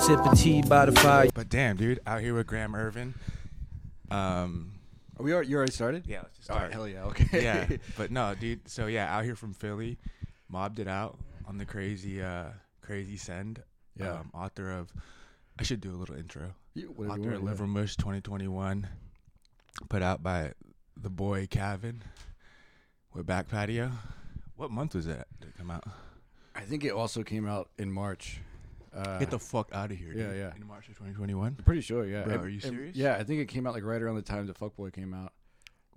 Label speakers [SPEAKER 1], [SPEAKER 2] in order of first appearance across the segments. [SPEAKER 1] sipping tea by the fire.
[SPEAKER 2] But damn, dude, out here with Graham Irvin. Um,
[SPEAKER 3] Are we already, you already started?
[SPEAKER 2] yeah, let's just
[SPEAKER 3] All
[SPEAKER 2] start.
[SPEAKER 3] right. Hell yeah. Okay.
[SPEAKER 2] yeah, but no, dude. So yeah, out here from Philly, mobbed it out on the crazy, uh, crazy send.
[SPEAKER 3] Yeah.
[SPEAKER 2] Um, author of, I should do a little intro.
[SPEAKER 3] Yeah, whatever you
[SPEAKER 2] author of
[SPEAKER 3] want, yeah.
[SPEAKER 2] Livermush 2021, put out by the boy Calvin with Back Patio. What month was that? Did it come out?
[SPEAKER 3] I think it also came out in March. Uh,
[SPEAKER 2] Get the fuck out of here!
[SPEAKER 3] yeah,
[SPEAKER 2] dude.
[SPEAKER 3] yeah.
[SPEAKER 2] In March of 2021.
[SPEAKER 3] pretty sure. Yeah.
[SPEAKER 2] Bro,
[SPEAKER 3] It-
[SPEAKER 2] are you
[SPEAKER 3] it-
[SPEAKER 2] serious?
[SPEAKER 3] yeah, I think it came out like right around the time the Fuckboy came out.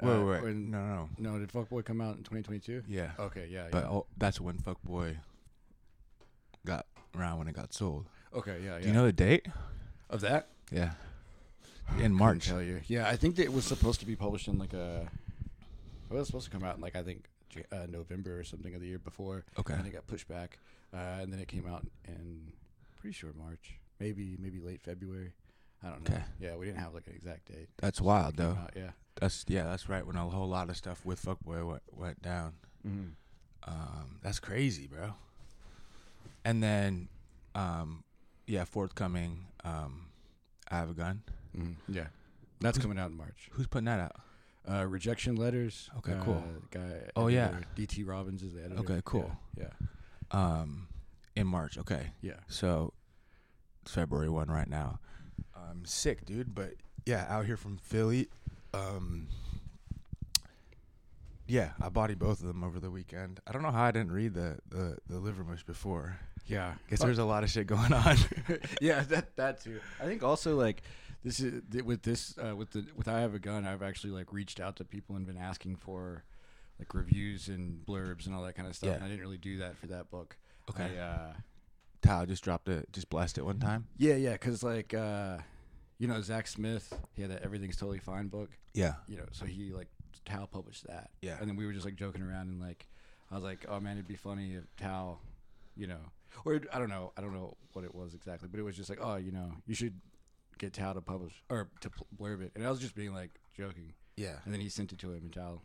[SPEAKER 2] Wait,
[SPEAKER 3] Uh,
[SPEAKER 2] wait,
[SPEAKER 3] when-
[SPEAKER 2] no, no,
[SPEAKER 3] No, did Fuckboy come out in 2022?
[SPEAKER 2] yeah.
[SPEAKER 3] Okay. Yeah.
[SPEAKER 2] But oh, that's when Fuckboy got around when it got sold.
[SPEAKER 3] yeah. Okay. Yeah. Yeah.
[SPEAKER 2] Do you know the date?
[SPEAKER 3] of that?
[SPEAKER 2] Yeah. In
[SPEAKER 3] Couldn't
[SPEAKER 2] March.
[SPEAKER 3] Tell you. Yeah, I think that it was supposed to be published in like a. It was supposed to come out in like I think Ja- uh, November or something of the year before.
[SPEAKER 2] Okay.
[SPEAKER 3] And it got pushed back, uh, and then it came out in pretty sure March, maybe maybe late February. I don't know.
[SPEAKER 2] Okay. Oh.
[SPEAKER 3] Yeah, we didn't have like an exact date.
[SPEAKER 2] That's wild
[SPEAKER 3] Came
[SPEAKER 2] though.
[SPEAKER 3] out, yeah.
[SPEAKER 2] That's yeah, that's right when a whole lot of stuff with Fuckboy went, went down. Um, that's crazy, bro. And then um, yeah, forthcoming um, I have a gun.
[SPEAKER 3] Mhm.
[SPEAKER 2] Mm-hmm.
[SPEAKER 3] Yeah. That's coming out in March.
[SPEAKER 2] Who's putting that out?
[SPEAKER 3] Uh, rejection letters.
[SPEAKER 2] Okay,
[SPEAKER 3] uh,
[SPEAKER 2] cool.
[SPEAKER 3] Guy.
[SPEAKER 2] Oh, yeah.
[SPEAKER 3] editor, DT Robbins is the editor.
[SPEAKER 2] Okay,
[SPEAKER 3] Yeah,
[SPEAKER 2] cool.
[SPEAKER 3] Yeah.
[SPEAKER 2] Um, in March. Okay.
[SPEAKER 3] Yeah.
[SPEAKER 2] So it's February one right now. I'm sick, dude, but yeah, out here from Philly. Um Yeah, I body both of them over the weekend. I don't know how I didn't read the the, the livermush before.
[SPEAKER 3] Yeah.
[SPEAKER 2] Guess
[SPEAKER 3] Oh,
[SPEAKER 2] there's a lot of shit going on.
[SPEAKER 3] yeah, that that too. I think also like this is th- with this uh, with the with I have a gun. I've actually like reached out to people and been asking for like reviews and blurbs and all that kind of stuff.
[SPEAKER 2] Yeah.
[SPEAKER 3] And I didn't really do that for that book.
[SPEAKER 2] Okay.
[SPEAKER 3] I, uh,
[SPEAKER 2] Tao just dropped it just blessed it one time.
[SPEAKER 3] yeah, yeah, because like uh, you know Zach Smith, he had that Everything's Totally Fine book.
[SPEAKER 2] Yeah.
[SPEAKER 3] You know, so he like Tao published that.
[SPEAKER 2] Yeah.
[SPEAKER 3] And then we were just like joking around and like I was like, oh man, it'd be funny if Tao, you know, or I don't know, I don't know what it was exactly, but it was just like, oh, you know, you should get Tao to publish or to pl- blurb it, and I was just being like joking,
[SPEAKER 2] Yeah.
[SPEAKER 3] and then he sent it to him, and Tao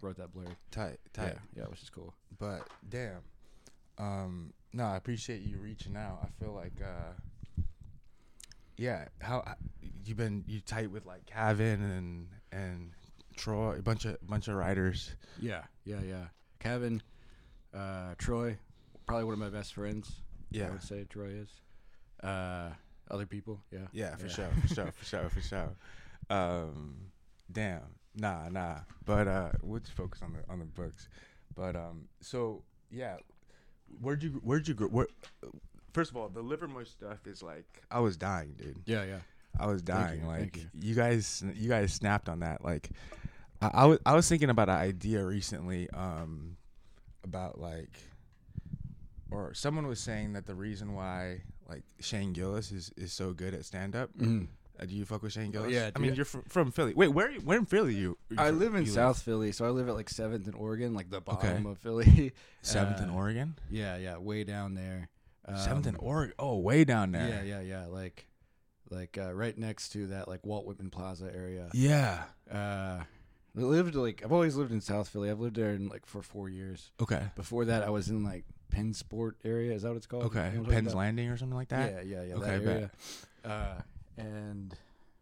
[SPEAKER 3] wrote that blurb.
[SPEAKER 2] Tight,
[SPEAKER 3] Yeah,
[SPEAKER 2] tight.
[SPEAKER 3] yeah, which is cool.
[SPEAKER 2] But damn. Um no, I appreciate you reaching out. I feel like uh yeah, how uh, you've been you tight with like Kevin and and Troy, a bunch of bunch of writers.
[SPEAKER 3] Yeah, yeah, yeah. Kevin, uh, Troy, probably one of my best friends. I
[SPEAKER 2] Yeah.
[SPEAKER 3] would say Troy is. Uh, other people, yeah,
[SPEAKER 2] Yeah, for sure, for sure, for sure, for sure. Um damn. Nah, nah. But uh we'll just focus on the on the books. But um so yeah, where'd you where'd you grow where First of all, the Livermore stuff is like I was dying, dude.
[SPEAKER 3] yeah, yeah.
[SPEAKER 2] I was dying.
[SPEAKER 3] you,
[SPEAKER 2] like
[SPEAKER 3] thank
[SPEAKER 2] you. guys, you guys snapped on that. Like, I, I was I was thinking about an idea recently, um, about like, or someone was saying that the reason why like Shane Gillis is is so good at stand up. Uh, do you fuck with Shane Gillis?
[SPEAKER 3] Mm-hmm. Oh, yeah,
[SPEAKER 2] I mean
[SPEAKER 3] dude.
[SPEAKER 2] you're from, from Philly. Wait, where you- where in Philly you? you
[SPEAKER 3] I
[SPEAKER 2] from-
[SPEAKER 3] live in
[SPEAKER 2] you
[SPEAKER 3] South Philly, so I live at like Seventh and Oregon, like the bottom
[SPEAKER 2] Okay.
[SPEAKER 3] of Philly.
[SPEAKER 2] Seventh in
[SPEAKER 3] Uh,
[SPEAKER 2] Oregon.
[SPEAKER 3] Yeah, yeah, way down there. Um,
[SPEAKER 2] Seventh in Oregon. Oh, way down there.
[SPEAKER 3] Yeah, yeah, yeah. Like, like uh, right next to that, like Walt Whitman Plaza area.
[SPEAKER 2] Yeah.
[SPEAKER 3] Uh, I lived like I've always lived in South Philly. I've lived there in like for four years.
[SPEAKER 2] Okay.
[SPEAKER 3] Before that, I was in like Pennsport area. Is that what it's called? You know
[SPEAKER 2] Okay.
[SPEAKER 3] what I'm talking
[SPEAKER 2] Penn's
[SPEAKER 3] about?
[SPEAKER 2] Landing or something like that.
[SPEAKER 3] Yeah, yeah, yeah.
[SPEAKER 2] Okay,
[SPEAKER 3] that area. Uh, and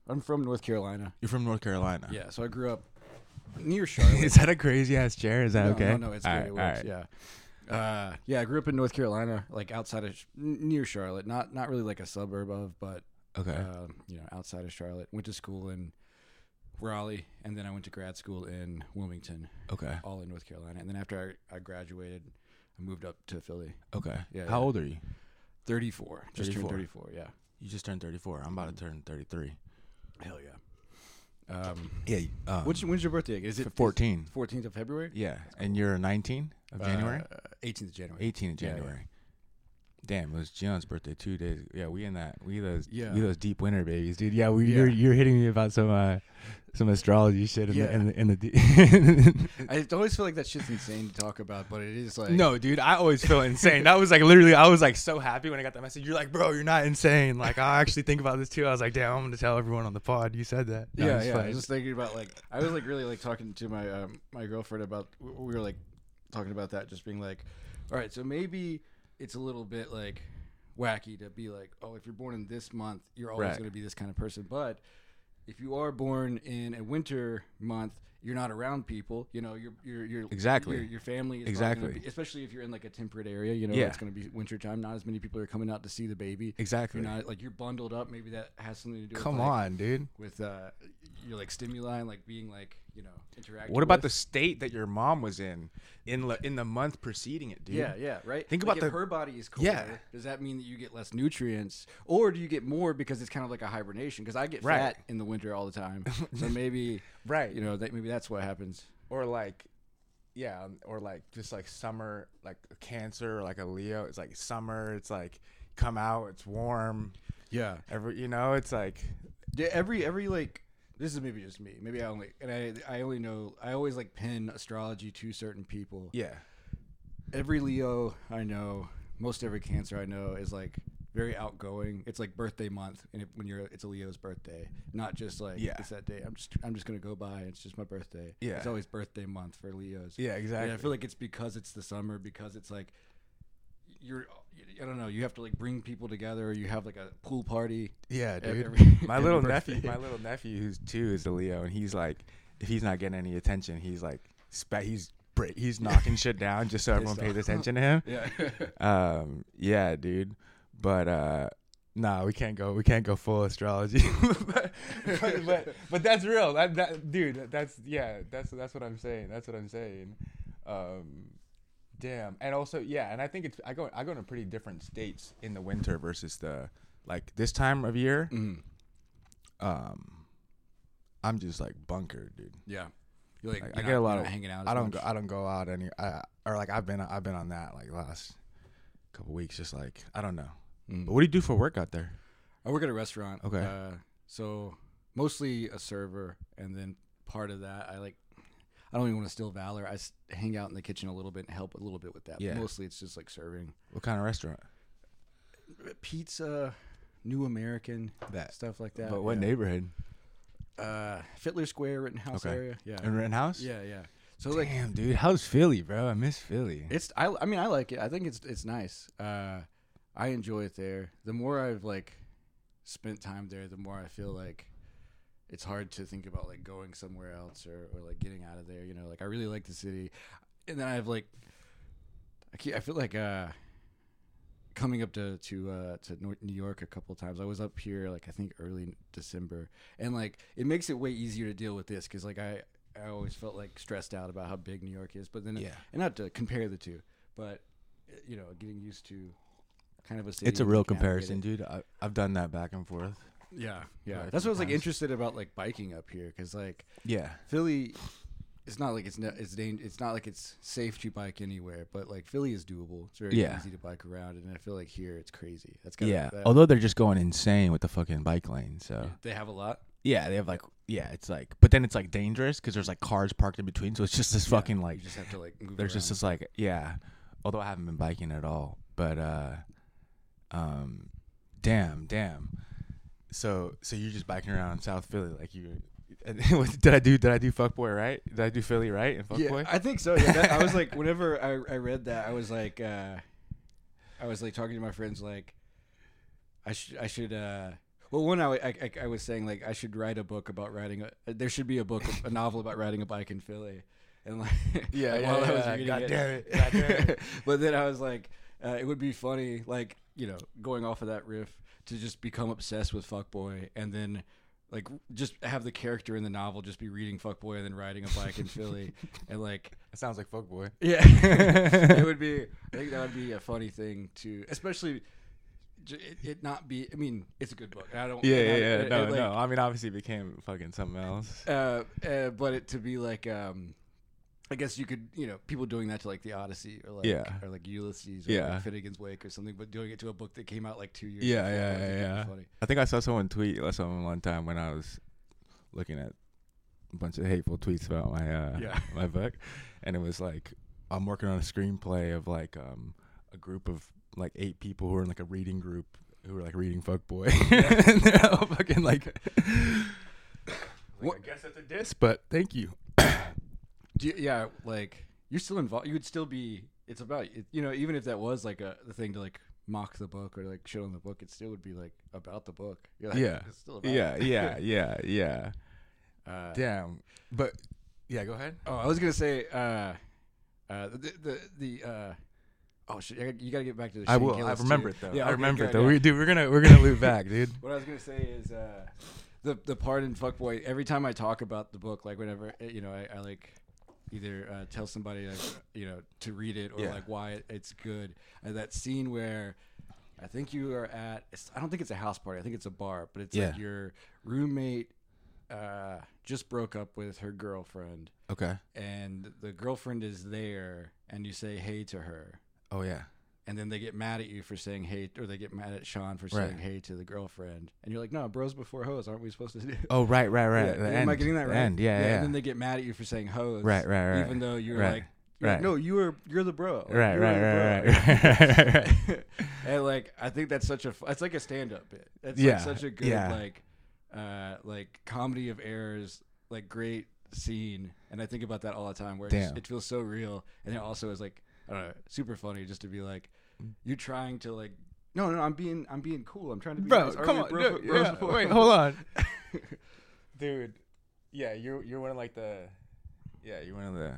[SPEAKER 3] I'm from North Carolina.
[SPEAKER 2] You're from North Carolina.
[SPEAKER 3] Yeah, so I grew up near Charlotte.
[SPEAKER 2] Is that a crazy ass chair? Is that
[SPEAKER 3] no,
[SPEAKER 2] okay?
[SPEAKER 3] No, no, it's
[SPEAKER 2] All
[SPEAKER 3] good.
[SPEAKER 2] right,
[SPEAKER 3] it
[SPEAKER 2] all
[SPEAKER 3] works.
[SPEAKER 2] right.
[SPEAKER 3] Yeah. Uh, yeah, I grew up in North Carolina, like outside of Sh- n- near Charlotte, not not really like a suburb of, but
[SPEAKER 2] Okay.
[SPEAKER 3] uh, you know, outside of Charlotte. Went to school in Raleigh, and then I went to grad school in Wilmington,
[SPEAKER 2] Okay.
[SPEAKER 3] all in North Carolina. And then after I, I graduated, I moved up to Philly.
[SPEAKER 2] Okay.
[SPEAKER 3] Yeah,
[SPEAKER 2] How
[SPEAKER 3] yeah.
[SPEAKER 2] old are you?
[SPEAKER 3] Thirty four, just turned
[SPEAKER 2] 34.
[SPEAKER 3] thirty four. Yeah,
[SPEAKER 2] You just turned 34. I'm about to turn 33.
[SPEAKER 3] hell yeah. Um,
[SPEAKER 2] Yeah. Um,
[SPEAKER 3] when's, when's your birthday? Is it
[SPEAKER 2] 14.
[SPEAKER 3] Fourteenth of February,
[SPEAKER 2] Yeah. And you're 19 of January?
[SPEAKER 3] eighteenth of January.
[SPEAKER 2] 18 of
[SPEAKER 3] Uh, yeah, yeah.
[SPEAKER 2] January. Damn, it was Gian's birthday two days. Yeah, we in that. We those.
[SPEAKER 3] Yeah.
[SPEAKER 2] We those deep winter babies, dude. Yeah, we,
[SPEAKER 3] Yeah.
[SPEAKER 2] you're you're hitting me about some uh, some astrology shit in
[SPEAKER 3] Yeah.
[SPEAKER 2] the in the, in the de-
[SPEAKER 3] I always feel like that shit's insane to talk about, but it is like
[SPEAKER 2] No, dude, I always feel insane. That was like literally, I was like so happy when I got that message. You're like, bro, you're not insane. Like, I actually think about this too. I was like, damn, I'm gonna tell everyone on the pod you said that. No,
[SPEAKER 3] yeah,
[SPEAKER 2] it's
[SPEAKER 3] yeah. I
[SPEAKER 2] fine.
[SPEAKER 3] was just thinking about like I was like really like talking to my um, my girlfriend about we were like talking about that, just being like, all right, so maybe it's a little bit like wacky to be like, oh, if you're born in this month, you're always
[SPEAKER 2] Right.
[SPEAKER 3] going to be this kind of person. But if you are born in a winter month, you're not around people. You know, your your your
[SPEAKER 2] Exactly.
[SPEAKER 3] your, your family is not gonna
[SPEAKER 2] Exactly.
[SPEAKER 3] be- especially if you're in like a temperate area. You know,
[SPEAKER 2] Yeah.
[SPEAKER 3] it's going to be winter time. Not as many people are coming out to see the baby.
[SPEAKER 2] Exactly.
[SPEAKER 3] You're not like you're bundled up. Maybe that has something to do.
[SPEAKER 2] Come
[SPEAKER 3] with, like,
[SPEAKER 2] on, dude.
[SPEAKER 3] with uh, your like stimuli and like being like you know interacting.
[SPEAKER 2] What about
[SPEAKER 3] with.
[SPEAKER 2] the state that your mom was in in le- in the month preceding it, dude?
[SPEAKER 3] Yeah, yeah, right.
[SPEAKER 2] Think
[SPEAKER 3] Like,
[SPEAKER 2] about
[SPEAKER 3] if
[SPEAKER 2] the-
[SPEAKER 3] her body is cooler.
[SPEAKER 2] Yeah.
[SPEAKER 3] Does that mean that you get less nutrients, or do you get more because it's kind of like a hibernation? Because I get
[SPEAKER 2] Right.
[SPEAKER 3] fat in the winter all the time, so maybe
[SPEAKER 2] Right.
[SPEAKER 3] you know that maybe that's what happens.
[SPEAKER 2] or like yeah um, or like just like summer like a cancer or like a leo it's like summer it's like come out it's warm
[SPEAKER 3] Yeah.
[SPEAKER 2] every you know it's like
[SPEAKER 3] Yeah, every every like this is maybe just me. Maybe I only and I I only know I always like pin astrology to certain people.
[SPEAKER 2] yeah
[SPEAKER 3] Every Leo I know, most every Cancer I know is like very outgoing. It's like birthday month, and it, when you're it's a Leo's birthday, not just like
[SPEAKER 2] Yeah.
[SPEAKER 3] it's that day. I'm just I'm just gonna go by. It's just my birthday.
[SPEAKER 2] Yeah.
[SPEAKER 3] it's always birthday month for Leos.
[SPEAKER 2] yeah exactly
[SPEAKER 3] And I feel like it's because it's the summer, because it's like you're I don't know. You have to like bring people together, or you have like a pool party.
[SPEAKER 2] yeah dude
[SPEAKER 3] every-
[SPEAKER 2] my
[SPEAKER 3] every
[SPEAKER 2] little
[SPEAKER 3] birthday.
[SPEAKER 2] nephew my little nephew who's two is a leo and he's like if he's not getting any attention he's like spe- he's break he's knocking shit down just so everyone pays attention to him
[SPEAKER 3] Yeah.
[SPEAKER 2] um yeah dude but uh nah, we can't go we can't go full astrology but, but, but but that's real that, that dude that- that's yeah that's that's what i'm saying that's what i'm saying um damn and also yeah and i think it's i go i go to pretty different states in the winter versus the like this time of year um i'm just like bunkered dude
[SPEAKER 3] Yeah, you're like,
[SPEAKER 2] like,
[SPEAKER 3] you're
[SPEAKER 2] I get
[SPEAKER 3] not-
[SPEAKER 2] a lot
[SPEAKER 3] you're
[SPEAKER 2] of
[SPEAKER 3] not hanging out. As
[SPEAKER 2] I don't
[SPEAKER 3] much.
[SPEAKER 2] go. I don't go out any. I, or like I've been. I've been on that like last couple weeks. Just like I don't know. But what do you do for work out there?
[SPEAKER 3] I work at a restaurant.
[SPEAKER 2] Okay.
[SPEAKER 3] uh, so mostly a server, and then part of that, I like. I don't even want to steal valor. I s- hang out in the kitchen a little bit and help a little bit with that. but
[SPEAKER 2] Yeah.
[SPEAKER 3] Mostly, it's just like serving
[SPEAKER 2] What kind of restaurant?
[SPEAKER 3] pizza, New American,
[SPEAKER 2] That.
[SPEAKER 3] stuff like that.
[SPEAKER 2] but what
[SPEAKER 3] yeah.
[SPEAKER 2] neighborhood?
[SPEAKER 3] Uh, Fittler Square, Rittenhouse
[SPEAKER 2] Okay.
[SPEAKER 3] area. Yeah,
[SPEAKER 2] In Rittenhouse?
[SPEAKER 3] yeah, yeah. So like,
[SPEAKER 2] Damn, dude, how's Philly, bro? I miss Philly.
[SPEAKER 3] It's I I mean I like it. I think it's it's nice. Uh, I enjoy it there. The more I've like spent time there, the more I feel like it's hard to think about like going somewhere else or, or like getting out of there. You know, like I really like the city, and then I've like I keep, I feel like uh coming up to to uh to Nor- New York a couple times. I was up here like I think early December, and like it makes it way easier to deal with this because like I. I always felt like stressed out about how big New York is, but then
[SPEAKER 2] Yeah.
[SPEAKER 3] and not to compare the two, but uh, you know, getting used to kind of a city.
[SPEAKER 2] It's a
[SPEAKER 3] and
[SPEAKER 2] real
[SPEAKER 3] like navigate
[SPEAKER 2] comparison,
[SPEAKER 3] it.
[SPEAKER 2] dude. I, I've done that back and forth.
[SPEAKER 3] Yeah,
[SPEAKER 2] Yeah,
[SPEAKER 3] yeah.
[SPEAKER 2] a
[SPEAKER 3] That's
[SPEAKER 2] few
[SPEAKER 3] what I was like
[SPEAKER 2] times.
[SPEAKER 3] interested about like biking up here because like
[SPEAKER 2] Yeah.
[SPEAKER 3] Philly, it's not like it's ne- it's dang- it's not like it's safe to bike anywhere, but like Philly is doable. It's very
[SPEAKER 2] Yeah.
[SPEAKER 3] easy to bike around, and I feel like here it's crazy. That's kind
[SPEAKER 2] Yeah.
[SPEAKER 3] of that,
[SPEAKER 2] Although they're just going insane with the fucking bike lane. So
[SPEAKER 3] they have a lot.
[SPEAKER 2] yeah, they have like yeah, it's like, but then it's like dangerous because there's like cars parked in between. So it's just this fucking like
[SPEAKER 3] You just have to like move.
[SPEAKER 2] there's just
[SPEAKER 3] around.
[SPEAKER 2] this like yeah although i haven't been biking at all but uh um damn damn so so you're just biking around south philly like you what did i do did i do fuckboy right did i do philly right and
[SPEAKER 3] yeah,
[SPEAKER 2] fuckboy
[SPEAKER 3] I think so. Yeah, that, I was like, whenever I, I read that, I was like, uh, I was like talking to my friends, like, I should, I should. Uh, well, one, I, I, I- I was saying like I should write a book about riding. A, there should be a book, a novel about riding a bike in Philly, and like,
[SPEAKER 2] Yeah, yeah,
[SPEAKER 3] while I was
[SPEAKER 2] yeah,
[SPEAKER 3] reading
[SPEAKER 2] God
[SPEAKER 3] it,
[SPEAKER 2] damn it, God damn it.
[SPEAKER 3] but then I was like, uh, it would be funny, like you know, going off of that riff to just become obsessed with Fuckboy, and then like just have the character in the novel just be reading Fuckboy and then riding a bike in Philly, and like
[SPEAKER 2] it sounds like fuckboy
[SPEAKER 3] yeah, it would be. I think that would be a funny thing to, especially j- it, it not be. I mean, it's a good book. and I don't.
[SPEAKER 2] yeah
[SPEAKER 3] and
[SPEAKER 2] yeah
[SPEAKER 3] I-
[SPEAKER 2] yeah
[SPEAKER 3] and-
[SPEAKER 2] no
[SPEAKER 3] and, like,
[SPEAKER 2] no i mean obviously it became fucking something else
[SPEAKER 3] uh, uh, but it to be like um I guess you could, you know, people doing that to like the Odyssey or like
[SPEAKER 2] Yeah.
[SPEAKER 3] or like Ulysses or
[SPEAKER 2] Yeah.
[SPEAKER 3] like Finnegan's Wake or something, but doing it to a book that came out like two years.
[SPEAKER 2] yeah
[SPEAKER 3] before, I
[SPEAKER 2] yeah
[SPEAKER 3] think
[SPEAKER 2] yeah,
[SPEAKER 3] would be
[SPEAKER 2] yeah.
[SPEAKER 3] Funny.
[SPEAKER 2] i think i saw someone tweet or something one time when i was looking at a bunch of hateful tweets about my uh
[SPEAKER 3] Yeah.
[SPEAKER 2] my book and it was like i'm working on a screenplay of like um a group of like eight people who are in like a reading group who are like reading fuckboy and they're all fucking like,
[SPEAKER 3] What-
[SPEAKER 2] i guess that's a diss but thank you
[SPEAKER 3] Do you, yeah, like you're still involved. You would still be. It's about it, you know, even if that was like a the thing to like mock the book or like shit on the book, it still would be like about the book. You're like,
[SPEAKER 2] Yeah.
[SPEAKER 3] it's still about
[SPEAKER 2] Yeah,
[SPEAKER 3] it."
[SPEAKER 2] yeah, yeah, yeah.
[SPEAKER 3] Uh,
[SPEAKER 2] Damn. But yeah, go ahead.
[SPEAKER 3] Oh, I was gonna say, uh, uh, the the, the uh, oh shit, I gotta- you gotta get back to the.
[SPEAKER 2] I
[SPEAKER 3] Shane
[SPEAKER 2] will. I
[SPEAKER 3] Gillis,
[SPEAKER 2] remember
[SPEAKER 3] dude.
[SPEAKER 2] it though.
[SPEAKER 3] Yeah,
[SPEAKER 2] I
[SPEAKER 3] okay,
[SPEAKER 2] remember it
[SPEAKER 3] good,
[SPEAKER 2] though.
[SPEAKER 3] yeah.
[SPEAKER 2] We, dude, we're gonna we're gonna loop back, dude.
[SPEAKER 3] What I was gonna say is uh, the the part in Fuckboy. Every time I talk about the book, like whenever uh, you know, I, I like either uh, tell somebody like, you know to read it or
[SPEAKER 2] Yeah.
[SPEAKER 3] like why it- it's good. And that scene where I think you are at. It's, I don't think it's a house party. I think it's a bar, but it's
[SPEAKER 2] Yeah.
[SPEAKER 3] like your roommate uh, just broke up with her girlfriend,
[SPEAKER 2] Okay.
[SPEAKER 3] and the girlfriend is there, and you say hey to her,
[SPEAKER 2] Oh yeah.
[SPEAKER 3] and then they get mad at you for saying hey, or they get mad at Sean for
[SPEAKER 2] Right.
[SPEAKER 3] saying hey to the girlfriend, and you're like, no, bros before hoes, aren't we supposed to do?
[SPEAKER 2] Oh right, right, right.
[SPEAKER 3] Yeah,
[SPEAKER 2] The
[SPEAKER 3] Am I
[SPEAKER 2] end.
[SPEAKER 3] getting that
[SPEAKER 2] The
[SPEAKER 3] right?
[SPEAKER 2] End. Yeah, yeah.
[SPEAKER 3] And then they get mad at you for saying hoes,
[SPEAKER 2] Right, right, right.
[SPEAKER 3] Even though you're
[SPEAKER 2] Right,
[SPEAKER 3] like, you're like,
[SPEAKER 2] right.
[SPEAKER 3] no, you are you're the bro, Like,
[SPEAKER 2] right,
[SPEAKER 3] you're
[SPEAKER 2] right,
[SPEAKER 3] the
[SPEAKER 2] right,
[SPEAKER 3] bro.
[SPEAKER 2] right, right, right, right.
[SPEAKER 3] and like, I think that's such a fu- it's like a stand up bit. It's
[SPEAKER 2] Yeah,
[SPEAKER 3] like such a good
[SPEAKER 2] yeah.
[SPEAKER 3] like, uh, like comedy of errors, like great scene. And I think about that all the time, where it, just,
[SPEAKER 2] Damn.
[SPEAKER 3] it feels so real, and it also is like, I don't know, super funny, just to be like, you're trying to like. No, no, I'm being, I'm being cool. I'm trying to be.
[SPEAKER 2] Bro,
[SPEAKER 3] nice. Are
[SPEAKER 2] come
[SPEAKER 3] we
[SPEAKER 2] on.
[SPEAKER 3] bro-
[SPEAKER 2] dude,
[SPEAKER 3] bros
[SPEAKER 2] yeah,
[SPEAKER 3] before-
[SPEAKER 2] wait, hold on. dude, yeah, you're you're one of like the Yeah, you're one of the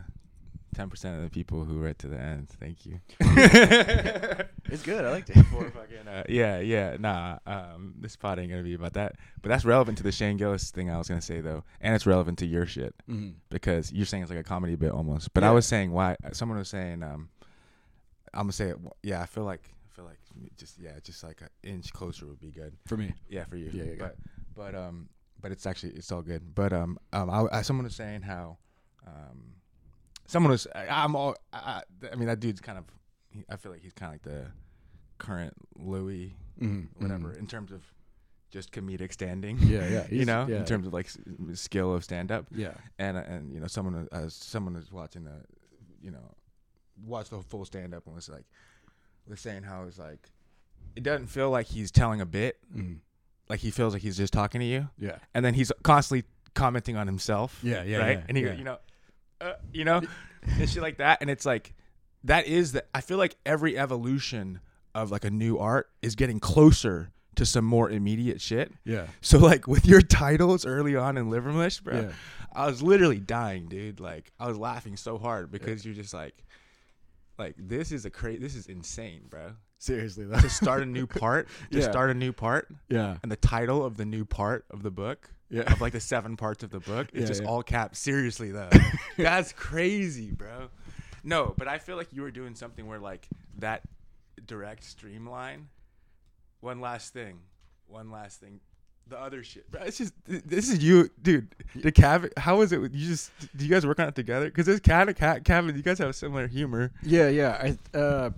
[SPEAKER 2] ten percent of the people who read to the end. Thank you.
[SPEAKER 3] It's good. I liked it.
[SPEAKER 2] Before fucking, uh, yeah, yeah, nah. Um, this pod ain't gonna be about that, but that's relevant to the Shane Gillis thing I was gonna say though, and it's relevant to your shit
[SPEAKER 3] Mhm.
[SPEAKER 2] because you're saying it's like a comedy bit almost. But I
[SPEAKER 3] Yeah.
[SPEAKER 2] was saying why uh, someone was saying, um, I'm gonna say it. Yeah, I feel like I feel like just yeah, just like an inch closer would be good.
[SPEAKER 3] For me,
[SPEAKER 2] Yeah, for you.
[SPEAKER 3] Yeah, yeah, yeah.
[SPEAKER 2] but but um, but it's actually it's all good. But um, um, I, I someone was saying how, um, someone was I, I'm all I, I, I mean that dude's kind of he, I feel like he's kind of like the current Louis
[SPEAKER 3] Mhm,
[SPEAKER 2] whatever
[SPEAKER 3] mhm.
[SPEAKER 2] in terms of just comedic standing.
[SPEAKER 3] Yeah, yeah,
[SPEAKER 2] you
[SPEAKER 3] he's-
[SPEAKER 2] know,
[SPEAKER 3] yeah.
[SPEAKER 2] in terms of like s- skill of stand up
[SPEAKER 3] Yeah.
[SPEAKER 2] and and you know someone was- uh, someone was watching the you know watched the full stand up and was like was saying how it's like it doesn't feel like he's telling a bit
[SPEAKER 3] Mhm.
[SPEAKER 2] like he feels like he's just talking to you
[SPEAKER 3] Yeah.
[SPEAKER 2] and then he's constantly commenting on himself
[SPEAKER 3] Yeah, yeah,
[SPEAKER 2] right
[SPEAKER 3] yeah,
[SPEAKER 2] and he
[SPEAKER 3] yeah.
[SPEAKER 2] you know uh, you know and shit like that and it's like that is the I feel like every evolution of like a new art is getting closer to some more immediate shit
[SPEAKER 3] Yeah.
[SPEAKER 2] so like with your titles early on in Livermush, bro,
[SPEAKER 3] Yeah.
[SPEAKER 2] I was literally dying, dude. Like I was laughing so hard because you're just like, like this is a crazy, this is insane, bro.
[SPEAKER 3] Seriously,
[SPEAKER 2] To
[SPEAKER 3] that's
[SPEAKER 2] start a new part, to
[SPEAKER 3] Yeah.
[SPEAKER 2] start a new part,
[SPEAKER 3] yeah,
[SPEAKER 2] and the title of the new part of the book,
[SPEAKER 3] Yeah.
[SPEAKER 2] of like the seven parts of the book, is
[SPEAKER 3] Yeah,
[SPEAKER 2] just
[SPEAKER 3] yeah.
[SPEAKER 2] all caps. Seriously though, that's crazy, bro. No, but I feel like you were doing something where like that direct streamline. One last thing, one last thing. The other shit, bro. It's just th- this is you, dude. The Cav, how is it? with- You just do you guys work on it together? Because this cat, cat, Kevin, you guys have similar humor.
[SPEAKER 3] yeah, yeah. I uh,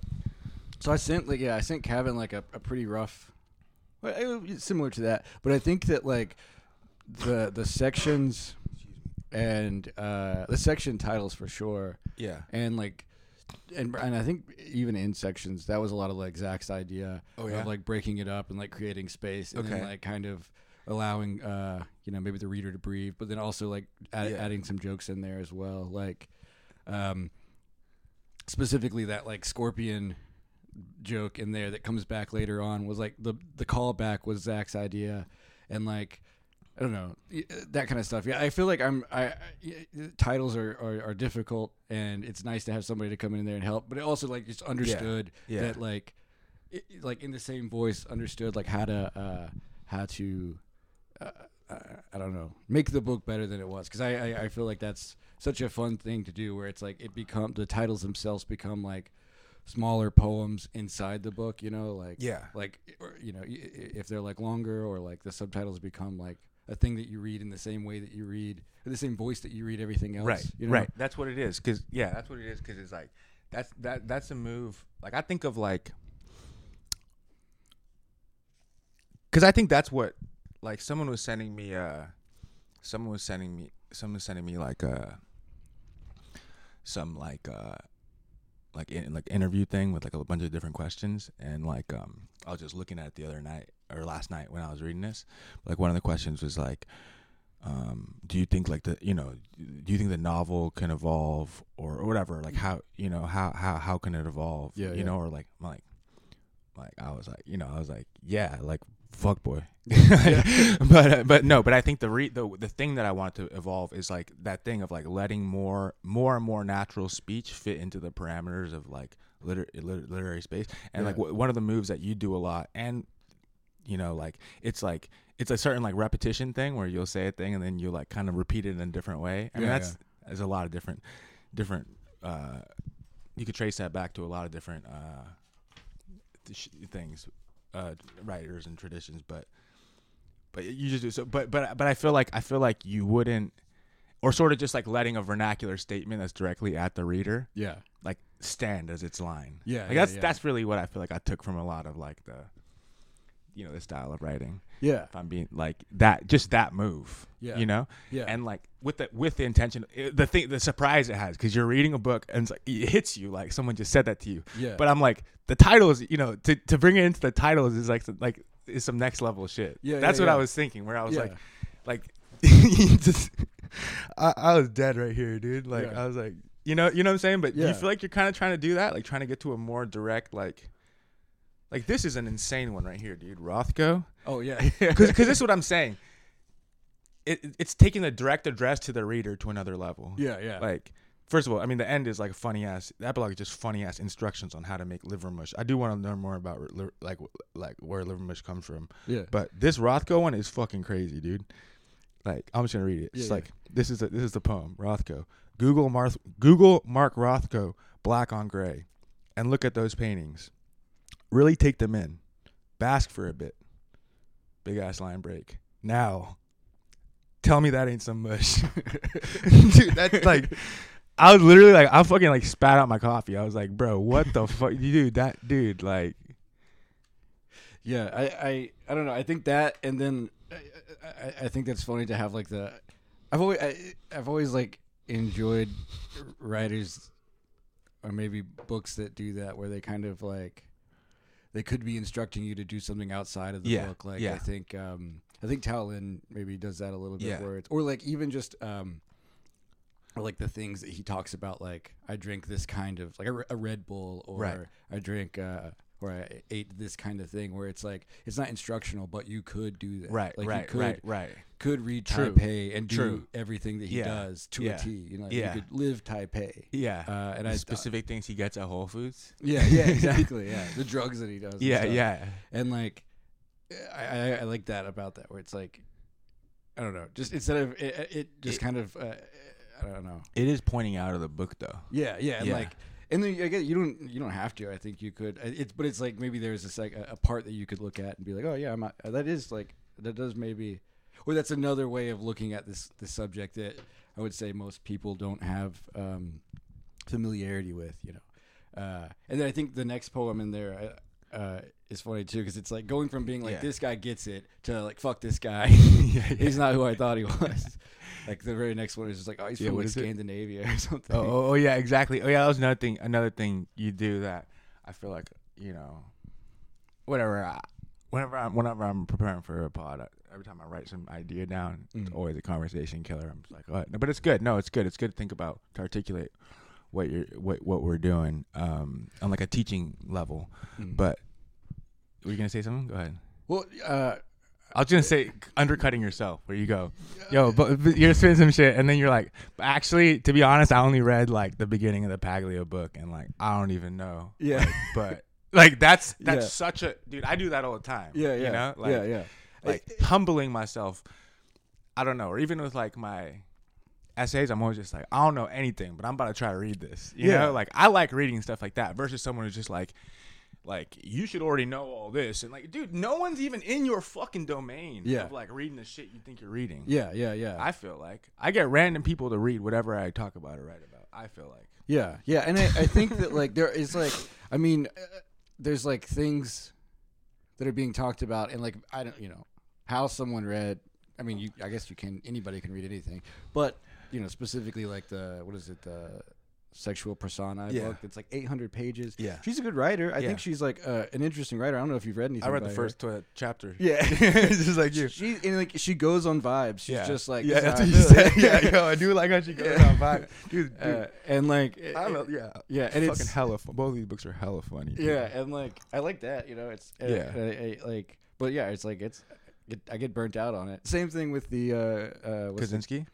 [SPEAKER 3] so I sent like yeah, I sent Kevin like a, a pretty rough, well, it was similar to that, but I think that like the the sections and uh the section titles for sure,
[SPEAKER 2] Yeah.
[SPEAKER 3] and like. And, and I think even in sections that was a lot of like Zach's idea
[SPEAKER 2] Oh, yeah?
[SPEAKER 3] of like breaking it up and like creating space and
[SPEAKER 2] Okay.
[SPEAKER 3] then like kind of allowing uh you know maybe the reader to breathe but then also like add,
[SPEAKER 2] Yeah.
[SPEAKER 3] adding some jokes in there as well like um specifically that like scorpion joke in there that comes back later on was like the the callback was Zach's idea and like I don't know y- uh, that kind of stuff. Yeah, I feel like I'm. I, I- y- titles are, are are difficult, and it's nice to have somebody to come in there and help. But it also like it's understood
[SPEAKER 2] Yeah.
[SPEAKER 3] that like, it, it- like in the same voice, understood like how to uh, how to uh, uh, I don't know make the book better than it was because I, I I feel like that's such a fun thing to do where it's like it become the titles themselves become like smaller poems inside the book. You know, like
[SPEAKER 2] Yeah.
[SPEAKER 3] like or, you know i- i- if they're like longer or like the subtitles become like a thing that you read in the same way that you read or the same voice that you read everything else
[SPEAKER 2] right
[SPEAKER 3] you know?
[SPEAKER 2] right that's what it is because yeah that's what it is because it's like that's that that's a move like i think of like because i think that's what like someone was sending me uh someone was sending me someone was sending me like uh some like uh like in, like interview thing with like a bunch of different questions and like um i was just looking at it the other night or last night when i was reading this like one of the questions was like um, do you think like the you know do you think the novel can evolve or, or whatever like how you know how how how can it evolve
[SPEAKER 3] Yeah,
[SPEAKER 2] you
[SPEAKER 3] yeah.
[SPEAKER 2] know or like I'm like like I was like, you know, I was like, yeah, like fuck boy. but uh, but no, but I think the re- the the thing that I want to evolve is like that thing of like letting more more and more natural speech fit into the parameters of like liter- liter- literary space. And like
[SPEAKER 3] Yeah.
[SPEAKER 2] w- one of the moves that you do a lot and you know like it's like it's a certain like repetition thing where you'll say a thing and then you like kind of repeat it in a different way. I mean
[SPEAKER 3] Yeah,
[SPEAKER 2] that's there's a lot of different different uh you could trace that back to a lot of different uh th- sh- things uh writers and traditions but but you just do so but but but I feel like I feel like you wouldn't or sort of just like letting a vernacular statement that's directly at the reader
[SPEAKER 3] Yeah.
[SPEAKER 2] like stand as its line.
[SPEAKER 3] Yeah,
[SPEAKER 2] Like
[SPEAKER 3] yeah,
[SPEAKER 2] that's
[SPEAKER 3] yeah.
[SPEAKER 2] that's really what I feel like I took from a lot of like the you know, the style of writing.
[SPEAKER 3] Yeah.
[SPEAKER 2] If I'm being like that just that move.
[SPEAKER 3] Yeah.
[SPEAKER 2] You know?
[SPEAKER 3] Yeah.
[SPEAKER 2] And like with the with the intention it- the thing the surprise it has cuz you're reading a book and it's like, it hits you like someone just said that to you.
[SPEAKER 3] Yeah.
[SPEAKER 2] But I'm like the title is you know to to bring it into the title is, is like some, like is some next level shit.
[SPEAKER 3] Yeah,
[SPEAKER 2] That's
[SPEAKER 3] yeah,
[SPEAKER 2] what I
[SPEAKER 3] yeah.
[SPEAKER 2] was thinking where I was
[SPEAKER 3] Yeah.
[SPEAKER 2] like like just I, I was dead right here, dude. Like
[SPEAKER 3] Yeah.
[SPEAKER 2] I was like, you know, you know what I'm saying. But do
[SPEAKER 3] Yeah.
[SPEAKER 2] you feel like you're kind of trying to do that, like trying to get to a more direct, like, like this is an insane one right here, dude. Rothko,
[SPEAKER 3] oh yeah.
[SPEAKER 2] because this is what I'm saying. It it's taking the direct address to the reader to another level.
[SPEAKER 3] yeah. Yeah.
[SPEAKER 2] Like, first of all, I mean, the end is like funny ass. The epilogue is just funny ass instructions on how to make liver mush. I do want to learn more about li- like like where liver mush comes from.
[SPEAKER 3] yeah.
[SPEAKER 2] But this Rothko one is fucking crazy, dude. Like I'm just gonna read it. It's
[SPEAKER 3] Yeah, yeah.
[SPEAKER 2] like this is a, this is the poem Rothko. Google Marth Google Mark Rothko black on gray, and look at those paintings. Really take them in, bask for a bit. Big ass line break. Now, tell me that ain't some mush, dude. That's like. I was literally like, I fucking like spat out my coffee. I was like, bro, what the fuck, you dude? That dude, like,
[SPEAKER 3] Yeah, I, I, I don't know. I think that, and then I, I, I think that's funny to have like the. I've always, I, I've always like enjoyed writers, or maybe books that do that, where they kind of like, they could be instructing you to do something outside of the
[SPEAKER 2] Yeah,
[SPEAKER 3] book. Like
[SPEAKER 2] yeah.
[SPEAKER 3] I think, um, I think Talon maybe does that a little bit,
[SPEAKER 2] Yeah.
[SPEAKER 3] where it's or like even just, um, or like the things that he talks about, like I drink this kind of like a, a Red Bull, or
[SPEAKER 2] Right.
[SPEAKER 3] I drink. Uh, or I ate this kind of thing, where it's like it's not instructional, but you could do that.
[SPEAKER 2] right,
[SPEAKER 3] like you
[SPEAKER 2] right,
[SPEAKER 3] could,
[SPEAKER 2] right, right.
[SPEAKER 3] Could read
[SPEAKER 2] True.
[SPEAKER 3] Taipei and do
[SPEAKER 2] True.
[SPEAKER 3] everything that he
[SPEAKER 2] Yeah.
[SPEAKER 3] does to
[SPEAKER 2] Yeah.
[SPEAKER 3] a T. You know, like,
[SPEAKER 2] Yeah.
[SPEAKER 3] you could live Taipei.
[SPEAKER 2] Yeah.
[SPEAKER 3] Uh, and
[SPEAKER 2] The
[SPEAKER 3] I
[SPEAKER 2] specific things he gets at Whole Foods.
[SPEAKER 3] yeah, yeah, exactly. Yeah, the drugs that he does. and
[SPEAKER 2] Yeah,
[SPEAKER 3] stuff.
[SPEAKER 2] yeah,
[SPEAKER 3] and like I, I, I like that about that, where it's like I don't know, just instead of it, it just
[SPEAKER 2] It-
[SPEAKER 3] kind of uh, I don't know.
[SPEAKER 2] it is pointing out of the book though.
[SPEAKER 3] Yeah, yeah, and
[SPEAKER 2] Yeah.
[SPEAKER 3] like, and then again, you don't you don't have to. I think you could. I- It's but it's like maybe there's a sec, a a part that you could look at and be like, oh yeah, I'm not, that is like that does maybe, or that's another way of looking at this this subject that I would say most people don't have um, familiarity with, you know. Uh, and then I think the next poem in there. I, uh, is funny too because it's like going from being like
[SPEAKER 2] Yeah.
[SPEAKER 3] this guy gets it to like fuck this guy, he's not who I thought he was. like the very next one is just like oh he's
[SPEAKER 2] Yeah,
[SPEAKER 3] from
[SPEAKER 2] what
[SPEAKER 3] like,
[SPEAKER 2] is it?
[SPEAKER 3] Scandinavia or something.
[SPEAKER 2] Oh, oh, oh, yeah, exactly. Oh yeah, that was another thing. Another thing you do that I feel like you know, whatever. I, whenever I'm whenever I'm preparing for a pod, I, every time I write some idea down, it's
[SPEAKER 3] Mhm.
[SPEAKER 2] always a conversation killer. I'm just like, oh, no, but it's good. No, it's good. It's good to think about to articulate what you're what what we're doing um on like a teaching level.
[SPEAKER 3] Mm.
[SPEAKER 2] But were you gonna say something? Go ahead.
[SPEAKER 3] Well, uh,
[SPEAKER 2] I was gonna say undercutting yourself. Where you go, yo, but, but you're spinning some shit, and then you're like, actually, to be honest, I only read like the beginning of the Paglia book, and like I don't even know.
[SPEAKER 3] yeah,
[SPEAKER 2] But like that's that's
[SPEAKER 3] Yeah.
[SPEAKER 2] such a dude. I do that all the time.
[SPEAKER 3] yeah, yeah,
[SPEAKER 2] You know, like
[SPEAKER 3] yeah, yeah,
[SPEAKER 2] like humbling myself. I don't know, or even with like my essays, I'm always just like, I don't know anything, but I'm about to try to read this. You
[SPEAKER 3] Yeah.
[SPEAKER 2] know, like I like reading stuff like that versus someone who's just like, like you should already know all this, and like, dude, no one's even in your fucking domain
[SPEAKER 3] Yeah.
[SPEAKER 2] of like reading the shit you think you're reading.
[SPEAKER 3] yeah, yeah, yeah,
[SPEAKER 2] I feel like I get random people to read whatever I talk about or write about. I feel like
[SPEAKER 3] yeah, yeah. And I, I think that like there is like, I mean, uh, there's like things that are being talked about, and like I don't, you know, how someone read. I mean, you, I guess you can anybody can read anything, but you know, specifically like the what is it the sexual persona I
[SPEAKER 2] Yeah.
[SPEAKER 3] book. It's like 800 pages.
[SPEAKER 2] Yeah.
[SPEAKER 3] She's a good writer. I
[SPEAKER 2] Yeah.
[SPEAKER 3] think she's like uh, an interesting writer. I don't know if you've read anything.
[SPEAKER 2] I read the
[SPEAKER 3] by her.
[SPEAKER 2] first tw- chapter.
[SPEAKER 3] Yeah.
[SPEAKER 2] It's just like you.
[SPEAKER 3] She and like she goes on vibes. She's
[SPEAKER 2] yeah.
[SPEAKER 3] just like
[SPEAKER 2] yeah,
[SPEAKER 3] this
[SPEAKER 2] that's
[SPEAKER 3] is
[SPEAKER 2] what
[SPEAKER 3] how
[SPEAKER 2] you
[SPEAKER 3] I
[SPEAKER 2] said.
[SPEAKER 3] feel.
[SPEAKER 2] yeah, yo, I do like how she goes
[SPEAKER 3] Yeah.
[SPEAKER 2] on vibe, dude. dude
[SPEAKER 3] Uh, and like it-
[SPEAKER 2] I love, yeah,
[SPEAKER 3] yeah, and
[SPEAKER 2] fucking
[SPEAKER 3] it's-
[SPEAKER 2] hella. Fun. Both of these books are hella funny. dude.
[SPEAKER 3] yeah, and like I like that. You know, it's uh,
[SPEAKER 2] Yeah.
[SPEAKER 3] uh, uh, like but yeah, it's like it's it, I get burnt out on it. Same thing with the uh, uh what's the-
[SPEAKER 2] Kaczynski.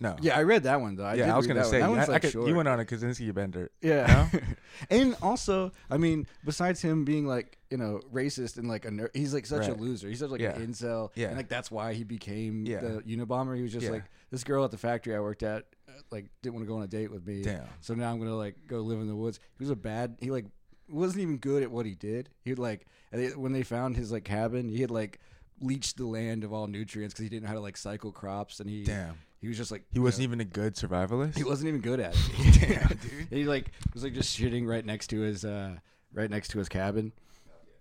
[SPEAKER 2] No.
[SPEAKER 3] yeah, I read that one though. I
[SPEAKER 2] yeah.
[SPEAKER 3] did
[SPEAKER 2] I was
[SPEAKER 3] read
[SPEAKER 2] gonna
[SPEAKER 3] that
[SPEAKER 2] say
[SPEAKER 3] one. that
[SPEAKER 2] I-
[SPEAKER 3] one's
[SPEAKER 2] I
[SPEAKER 3] like
[SPEAKER 2] could-
[SPEAKER 3] short.
[SPEAKER 2] you went on a Kaczynski bender.
[SPEAKER 3] Yeah. and also, I mean, besides him being like, you know, racist and like a nerd, he's like such a
[SPEAKER 2] Right.
[SPEAKER 3] loser. He's such like
[SPEAKER 2] Yeah.
[SPEAKER 3] an incel.
[SPEAKER 2] Yeah.
[SPEAKER 3] And like that's why he became
[SPEAKER 2] Yeah.
[SPEAKER 3] the Unabomber. He was just
[SPEAKER 2] Yeah.
[SPEAKER 3] like, this girl at the factory I worked at, uh, like, didn't want to go on a date with me.
[SPEAKER 2] Damn.
[SPEAKER 3] So now I'm going to like go live in the woods. He was a bad, he like wasn't even good at what he did. He would like, and they- when they found his like cabin, he had like leached the land of all nutrients because he didn't know how to like cycle crops. And he,
[SPEAKER 2] Damn.
[SPEAKER 3] he was just like,
[SPEAKER 2] He
[SPEAKER 3] you know,
[SPEAKER 2] wasn't even a good survivalist.
[SPEAKER 3] he wasn't even good at it. Damn, dude. He like was like just shitting right next to his uh right next to his cabin.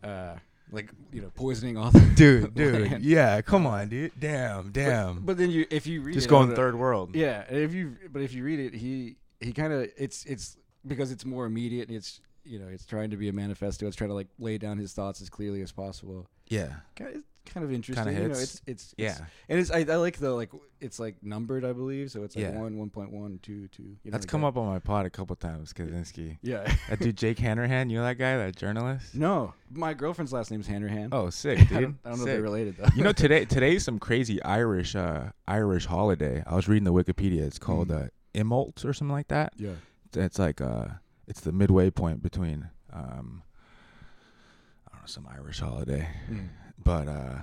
[SPEAKER 3] Uh like you know, poisoning all the
[SPEAKER 2] dude,
[SPEAKER 3] the
[SPEAKER 2] dude.
[SPEAKER 3] land.
[SPEAKER 2] Yeah, come on, dude. Damn, damn.
[SPEAKER 3] But then you if you read
[SPEAKER 2] Just
[SPEAKER 3] it,
[SPEAKER 2] going
[SPEAKER 3] on a-
[SPEAKER 2] third world.
[SPEAKER 3] Yeah, and if you but if you read it, he he kind of it's it's because it's more immediate and it's you know, it's trying to be a manifesto. It's trying to like lay down his thoughts as clearly as possible.
[SPEAKER 2] Yeah.
[SPEAKER 3] Kind of, kind of interesting. You know,
[SPEAKER 2] hits.
[SPEAKER 3] it's it's it's-
[SPEAKER 2] Yeah.
[SPEAKER 3] and it's I, I like the like it's like numbered, I believe. So it's like
[SPEAKER 2] Yeah.
[SPEAKER 3] one, one point one, two, two. You know,
[SPEAKER 2] That's
[SPEAKER 3] like
[SPEAKER 2] come
[SPEAKER 3] that.
[SPEAKER 2] up on my pod a couple times, Kaczynski.
[SPEAKER 3] Yeah.
[SPEAKER 2] That dude Jake Hanrahan, you know that guy, that journalist?
[SPEAKER 3] No, my girlfriend's last name's Hanrahan.
[SPEAKER 2] Oh, sick, dude.
[SPEAKER 3] I don't, I don't know if
[SPEAKER 2] Sick.
[SPEAKER 3] they're related though.
[SPEAKER 2] You know today today's some crazy Irish uh Irish holiday. I was reading the Wikipedia. It's called uh Imholt or something like that.
[SPEAKER 3] yeah.
[SPEAKER 2] It's like uh it's the midway point between um I don't know some Irish holiday, but uh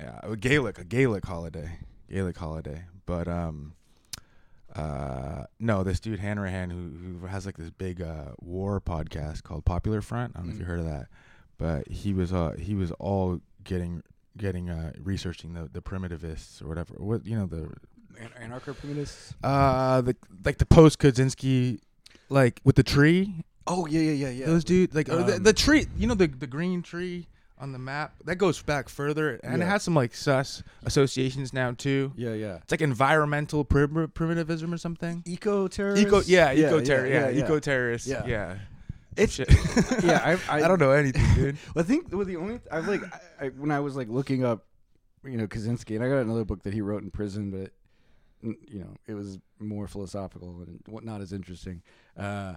[SPEAKER 2] yeah, a Gaelic, a Gaelic holiday. Gaelic holiday. But um uh no, this dude Hanrahan who who has like this big uh war podcast called Popular Front. I don't know if you
[SPEAKER 3] Mhm.
[SPEAKER 2] heard of that. But he was uh he was all getting getting uh researching the the primitivists or whatever. What you know the
[SPEAKER 3] An- Anarcho-feminists.
[SPEAKER 2] uh the like the post Kaczynski like with the tree
[SPEAKER 3] Oh yeah, yeah, yeah, yeah.
[SPEAKER 2] those dudes like or the,
[SPEAKER 3] Um,
[SPEAKER 2] the tree you know the the green tree on the map that goes back further and it
[SPEAKER 3] Yeah.
[SPEAKER 2] has some like sus associations now too
[SPEAKER 3] yeah, yeah.
[SPEAKER 2] it's like environmental prim- primitivism or something
[SPEAKER 3] Eco terrorists.
[SPEAKER 2] eco yeah eco terror yeah, eco terrorist yeah,
[SPEAKER 3] Yeah.
[SPEAKER 2] It's,
[SPEAKER 3] yeah, I- I-
[SPEAKER 2] don't know anything dude
[SPEAKER 3] Well, I think well, the only I've like I, I, when I was like looking up, you know, Kaczynski, and I got another book that he wrote in prison, but n- you know, it was more philosophical and what not as interesting. Uh,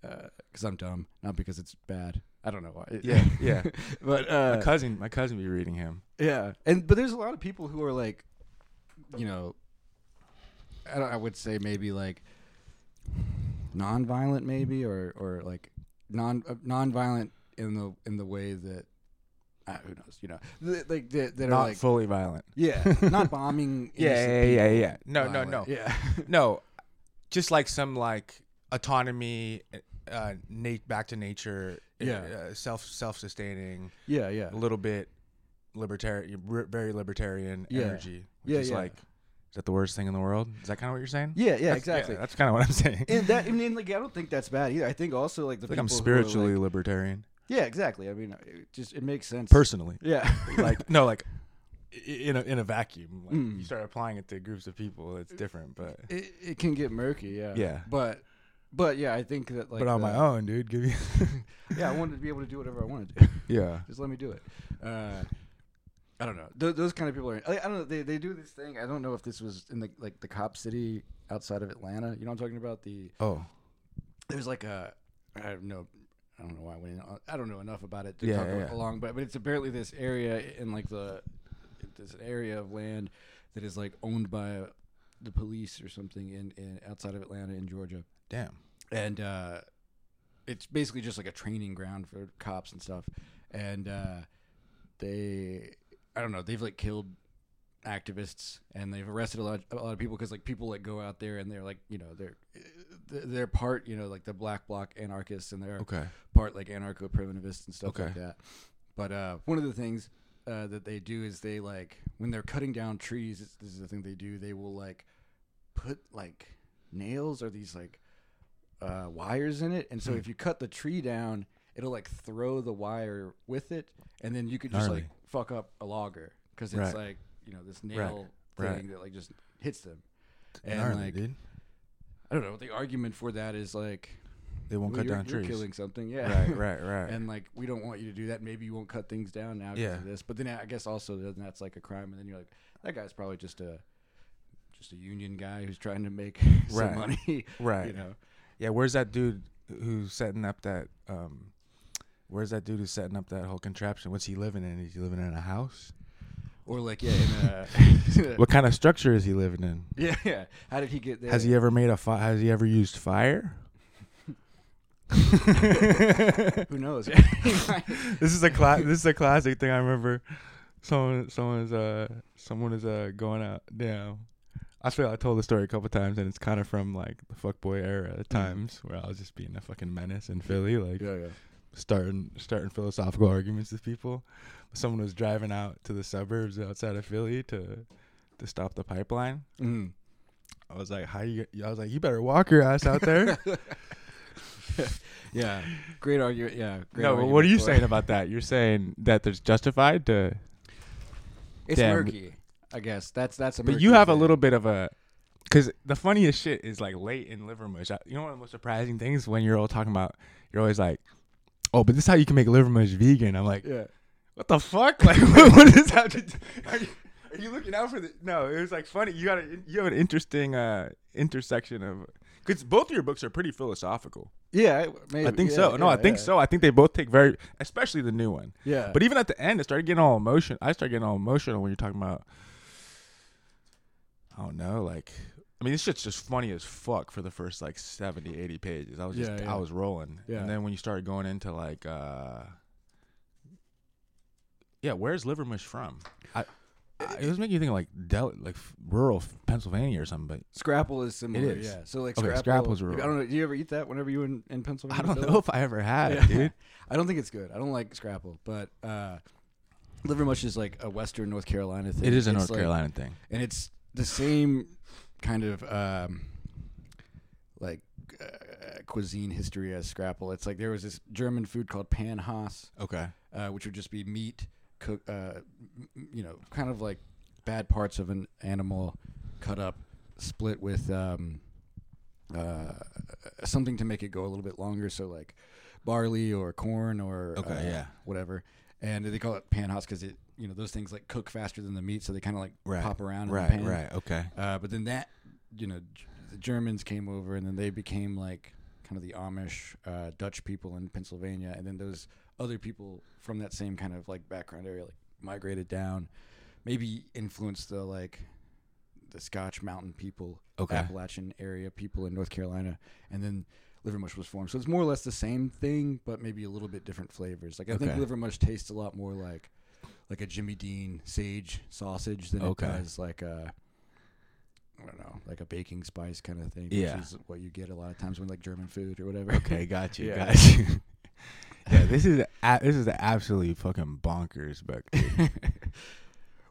[SPEAKER 3] because I'm dumb, not because it's bad. I don't know why.
[SPEAKER 2] yeah yeah
[SPEAKER 3] but uh,
[SPEAKER 2] my cousin my cousin be reading him
[SPEAKER 3] Yeah, and but there's a lot of people who are like, you know, I, don't, I would say maybe like nonviolent, maybe or or like non uh, nonviolent in the in the way that uh, who knows, you know, th- like that, that
[SPEAKER 2] not
[SPEAKER 3] are like
[SPEAKER 2] fully violent
[SPEAKER 3] yeah, not bombing. innocent
[SPEAKER 2] yeah yeah yeah,
[SPEAKER 3] people
[SPEAKER 2] yeah. no no
[SPEAKER 3] violent.
[SPEAKER 2] no
[SPEAKER 3] yeah,
[SPEAKER 2] no just like some like autonomy uh nat- back to nature
[SPEAKER 3] Yeah.
[SPEAKER 2] uh, self self-sustaining
[SPEAKER 3] yeah, yeah,
[SPEAKER 2] a little bit libertarian, very libertarian
[SPEAKER 3] Yeah.
[SPEAKER 2] energy, which
[SPEAKER 3] Yeah,
[SPEAKER 2] is
[SPEAKER 3] yeah.
[SPEAKER 2] like, is that the worst thing in the world? Is that kind of what you're saying?
[SPEAKER 3] yeah, yeah,
[SPEAKER 2] That's-
[SPEAKER 3] exactly.
[SPEAKER 2] that's kind of what I'm saying.
[SPEAKER 3] and that I mean, like I don't think that's bad either. I think also like the
[SPEAKER 2] like I'm
[SPEAKER 3] people who are, like-
[SPEAKER 2] spiritually libertarian
[SPEAKER 3] yeah, exactly. I mean, it just it makes sense.
[SPEAKER 2] personally.
[SPEAKER 3] yeah,
[SPEAKER 2] like no, like i- in a in a vacuum. Like,
[SPEAKER 3] Mm.
[SPEAKER 2] You start applying it to groups of people, it's different. But
[SPEAKER 3] it, it can get murky, yeah.
[SPEAKER 2] Yeah.
[SPEAKER 3] But but yeah, I think that like
[SPEAKER 2] but on my
[SPEAKER 3] the-
[SPEAKER 2] own, dude, give me
[SPEAKER 3] Yeah, I wanted to be able to do whatever I wanted to.
[SPEAKER 2] yeah.
[SPEAKER 3] Just let me do it. Uh I don't know. Those, those kind of people are. I, I don't know. They, they do this thing. I don't know if this was in the like the cop city outside of Atlanta. You know what I'm talking about? The
[SPEAKER 2] Oh
[SPEAKER 3] there's like a I don't know I don't know why I went in on- I don't know enough about it to
[SPEAKER 2] Yeah,
[SPEAKER 3] talk
[SPEAKER 2] yeah,
[SPEAKER 3] about
[SPEAKER 2] yeah.
[SPEAKER 3] along but but it's apparently this area in like the this area of land that is like owned by the police or something in, in outside of Atlanta in Georgia
[SPEAKER 2] damn.
[SPEAKER 3] and uh, it's basically just like a training ground for cops and stuff. And uh, they, I don't know, they've like killed activists and they've arrested a lot, a lot of people because like people like go out there and they're like you know they're they're part you know like the black bloc anarchists and they're
[SPEAKER 2] Okay.
[SPEAKER 3] part like anarcho primitivists and stuff like
[SPEAKER 2] Okay.
[SPEAKER 3] that. But uh, one of the things uh, that they do is they like when they're cutting down trees. This this is the thing they do. They will like put like nails or these like uh, wires in it, and
[SPEAKER 2] Hmm.
[SPEAKER 3] so if you cut the tree down, it'll like throw the wire with it, and then you could just
[SPEAKER 2] Gnarly.
[SPEAKER 3] like fuck up a logger because it's
[SPEAKER 2] Right.
[SPEAKER 3] like you know this nail
[SPEAKER 2] Right.
[SPEAKER 3] thing that like just hits them. And
[SPEAKER 2] Gnarly,
[SPEAKER 3] like
[SPEAKER 2] dude.
[SPEAKER 3] I don't know. The argument for that is like
[SPEAKER 2] They won't
[SPEAKER 3] well,
[SPEAKER 2] cut
[SPEAKER 3] you're,
[SPEAKER 2] down
[SPEAKER 3] you're
[SPEAKER 2] trees.
[SPEAKER 3] killing something. Yeah,
[SPEAKER 2] Right, right, right.
[SPEAKER 3] and like we don't want you to do that. Maybe you won't cut things down now. 'cause
[SPEAKER 2] Yeah.
[SPEAKER 3] of this, but then I guess also then that's like a crime. And then you're like, that guy's probably just a just a union guy who's trying to make some
[SPEAKER 2] Right.
[SPEAKER 3] money.
[SPEAKER 2] Right.
[SPEAKER 3] You know.
[SPEAKER 2] Yeah, where's that dude who's setting up that? Um, where's that dude who's setting up that whole contraption? What's he living in? Is he living in a house?
[SPEAKER 3] Or like yeah, in a,
[SPEAKER 2] What kind of structure is he living in?
[SPEAKER 3] yeah, yeah. How did he get there?
[SPEAKER 2] Has he ever made a fire? Has he ever used fire? e-
[SPEAKER 3] Who knows?
[SPEAKER 2] This is a cla- This is a classic thing. I remember someone someone is uh someone is uh going out. Damn, I feel I told the story a couple times, and it's kind of from like the fuckboy era times where I was just being a fucking menace in Philly, like
[SPEAKER 3] yeah, yeah.
[SPEAKER 2] starting starting philosophical arguments with people. Someone was driving out to the suburbs outside of Philly to to stop the pipeline.
[SPEAKER 3] Mm.
[SPEAKER 2] I was like, "How you?" I was like, "You better walk your ass out there."
[SPEAKER 3] yeah. Great argument. Yeah. Great
[SPEAKER 2] no, but
[SPEAKER 3] argument
[SPEAKER 2] what are you
[SPEAKER 3] for it.
[SPEAKER 2] saying about that? You're saying that there's justified to,
[SPEAKER 3] It's
[SPEAKER 2] Damn.
[SPEAKER 3] murky. I guess that's that's a.
[SPEAKER 2] but
[SPEAKER 3] murky
[SPEAKER 2] you have a
[SPEAKER 3] thing.
[SPEAKER 2] little bit of a. Because the funniest shit is like late in livermush. I- You know, one of the most surprising things when you're all talking about, you're always like, "Oh, but this is how you can make livermush vegan." I'm like,
[SPEAKER 3] Yeah.
[SPEAKER 2] what the fuck? Like, what, what does that have to do? Are you, are you looking out for the? No, it was like funny. You got a, you have an interesting uh intersection of because both of your books are pretty philosophical.
[SPEAKER 3] Yeah. I- Maybe.
[SPEAKER 2] I think
[SPEAKER 3] yeah,
[SPEAKER 2] so. No, I
[SPEAKER 3] yeah,
[SPEAKER 2] think
[SPEAKER 3] yeah.
[SPEAKER 2] so. I think they both take very, especially the new one.
[SPEAKER 3] Yeah.
[SPEAKER 2] But even at the end, it started getting all emotion. I started getting all emotional when you're talking about. I don't know, like. I mean, this shit's just funny as fuck for the first like 70, 80 pages. I was just,
[SPEAKER 3] Yeah, yeah.
[SPEAKER 2] I was rolling,
[SPEAKER 3] Yeah.
[SPEAKER 2] and then when you started going into like, uh yeah, where's Livermush from? I, I, it was making you think of like Del- like f- rural Pennsylvania or something,
[SPEAKER 3] Scrapple is similar.
[SPEAKER 2] is.
[SPEAKER 3] Yeah. So like
[SPEAKER 2] Okay,
[SPEAKER 3] Scrapple.
[SPEAKER 2] Scrapple's real.
[SPEAKER 3] I don't know. Do you ever eat that whenever you in, in
[SPEAKER 2] but
[SPEAKER 3] Pennsylvania?
[SPEAKER 2] I don't
[SPEAKER 3] Philly?
[SPEAKER 2] know if I ever had
[SPEAKER 3] Yeah.
[SPEAKER 2] it, dude.
[SPEAKER 3] I don't think it's good. I don't like Scrapple, but uh, Livermush is like a Western North Carolina thing.
[SPEAKER 2] It is a
[SPEAKER 3] It's
[SPEAKER 2] North
[SPEAKER 3] like-
[SPEAKER 2] Carolina thing.
[SPEAKER 3] and it's the same kind of um, like uh, cuisine history as Scrapple. It's like there was this German food called Panhaus,
[SPEAKER 2] Okay,
[SPEAKER 3] uh, which would just be meat, cook, uh, m- m- you know, kind of like bad parts of an animal cut up, split with um, uh, something to make it go a little bit longer. So like barley or corn or
[SPEAKER 2] Okay,
[SPEAKER 3] uh,
[SPEAKER 2] yeah.
[SPEAKER 3] whatever. And they call it panhos because it, you know, those things like cook faster than the meat, so they kind of like
[SPEAKER 2] Right,
[SPEAKER 3] pop around.
[SPEAKER 2] right,
[SPEAKER 3] in the pan.
[SPEAKER 2] right, okay.
[SPEAKER 3] Uh, but then that, you know, G- the Germans came over, and then they became like kind of the Amish uh, Dutch people in Pennsylvania, and then those other people from that same kind of like background area like migrated down, maybe influenced the like the Scotch mountain people,
[SPEAKER 2] Okay.
[SPEAKER 3] Appalachian area people in North Carolina, and then. Livermush was formed, so it's more or less the same thing, but maybe a little bit different flavors. Like I think
[SPEAKER 2] Okay.
[SPEAKER 3] livermush tastes a lot more like like a Jimmy Dean sage sausage than
[SPEAKER 2] Okay.
[SPEAKER 3] it does like uh, a I don't know, like a baking spice kind of thing.
[SPEAKER 2] Yeah.
[SPEAKER 3] Which is what you get a lot of times when like German food or whatever.
[SPEAKER 2] Okay, got you,
[SPEAKER 3] Yeah.
[SPEAKER 2] got you. yeah, this is a, this is an absolutely fucking bonkers book.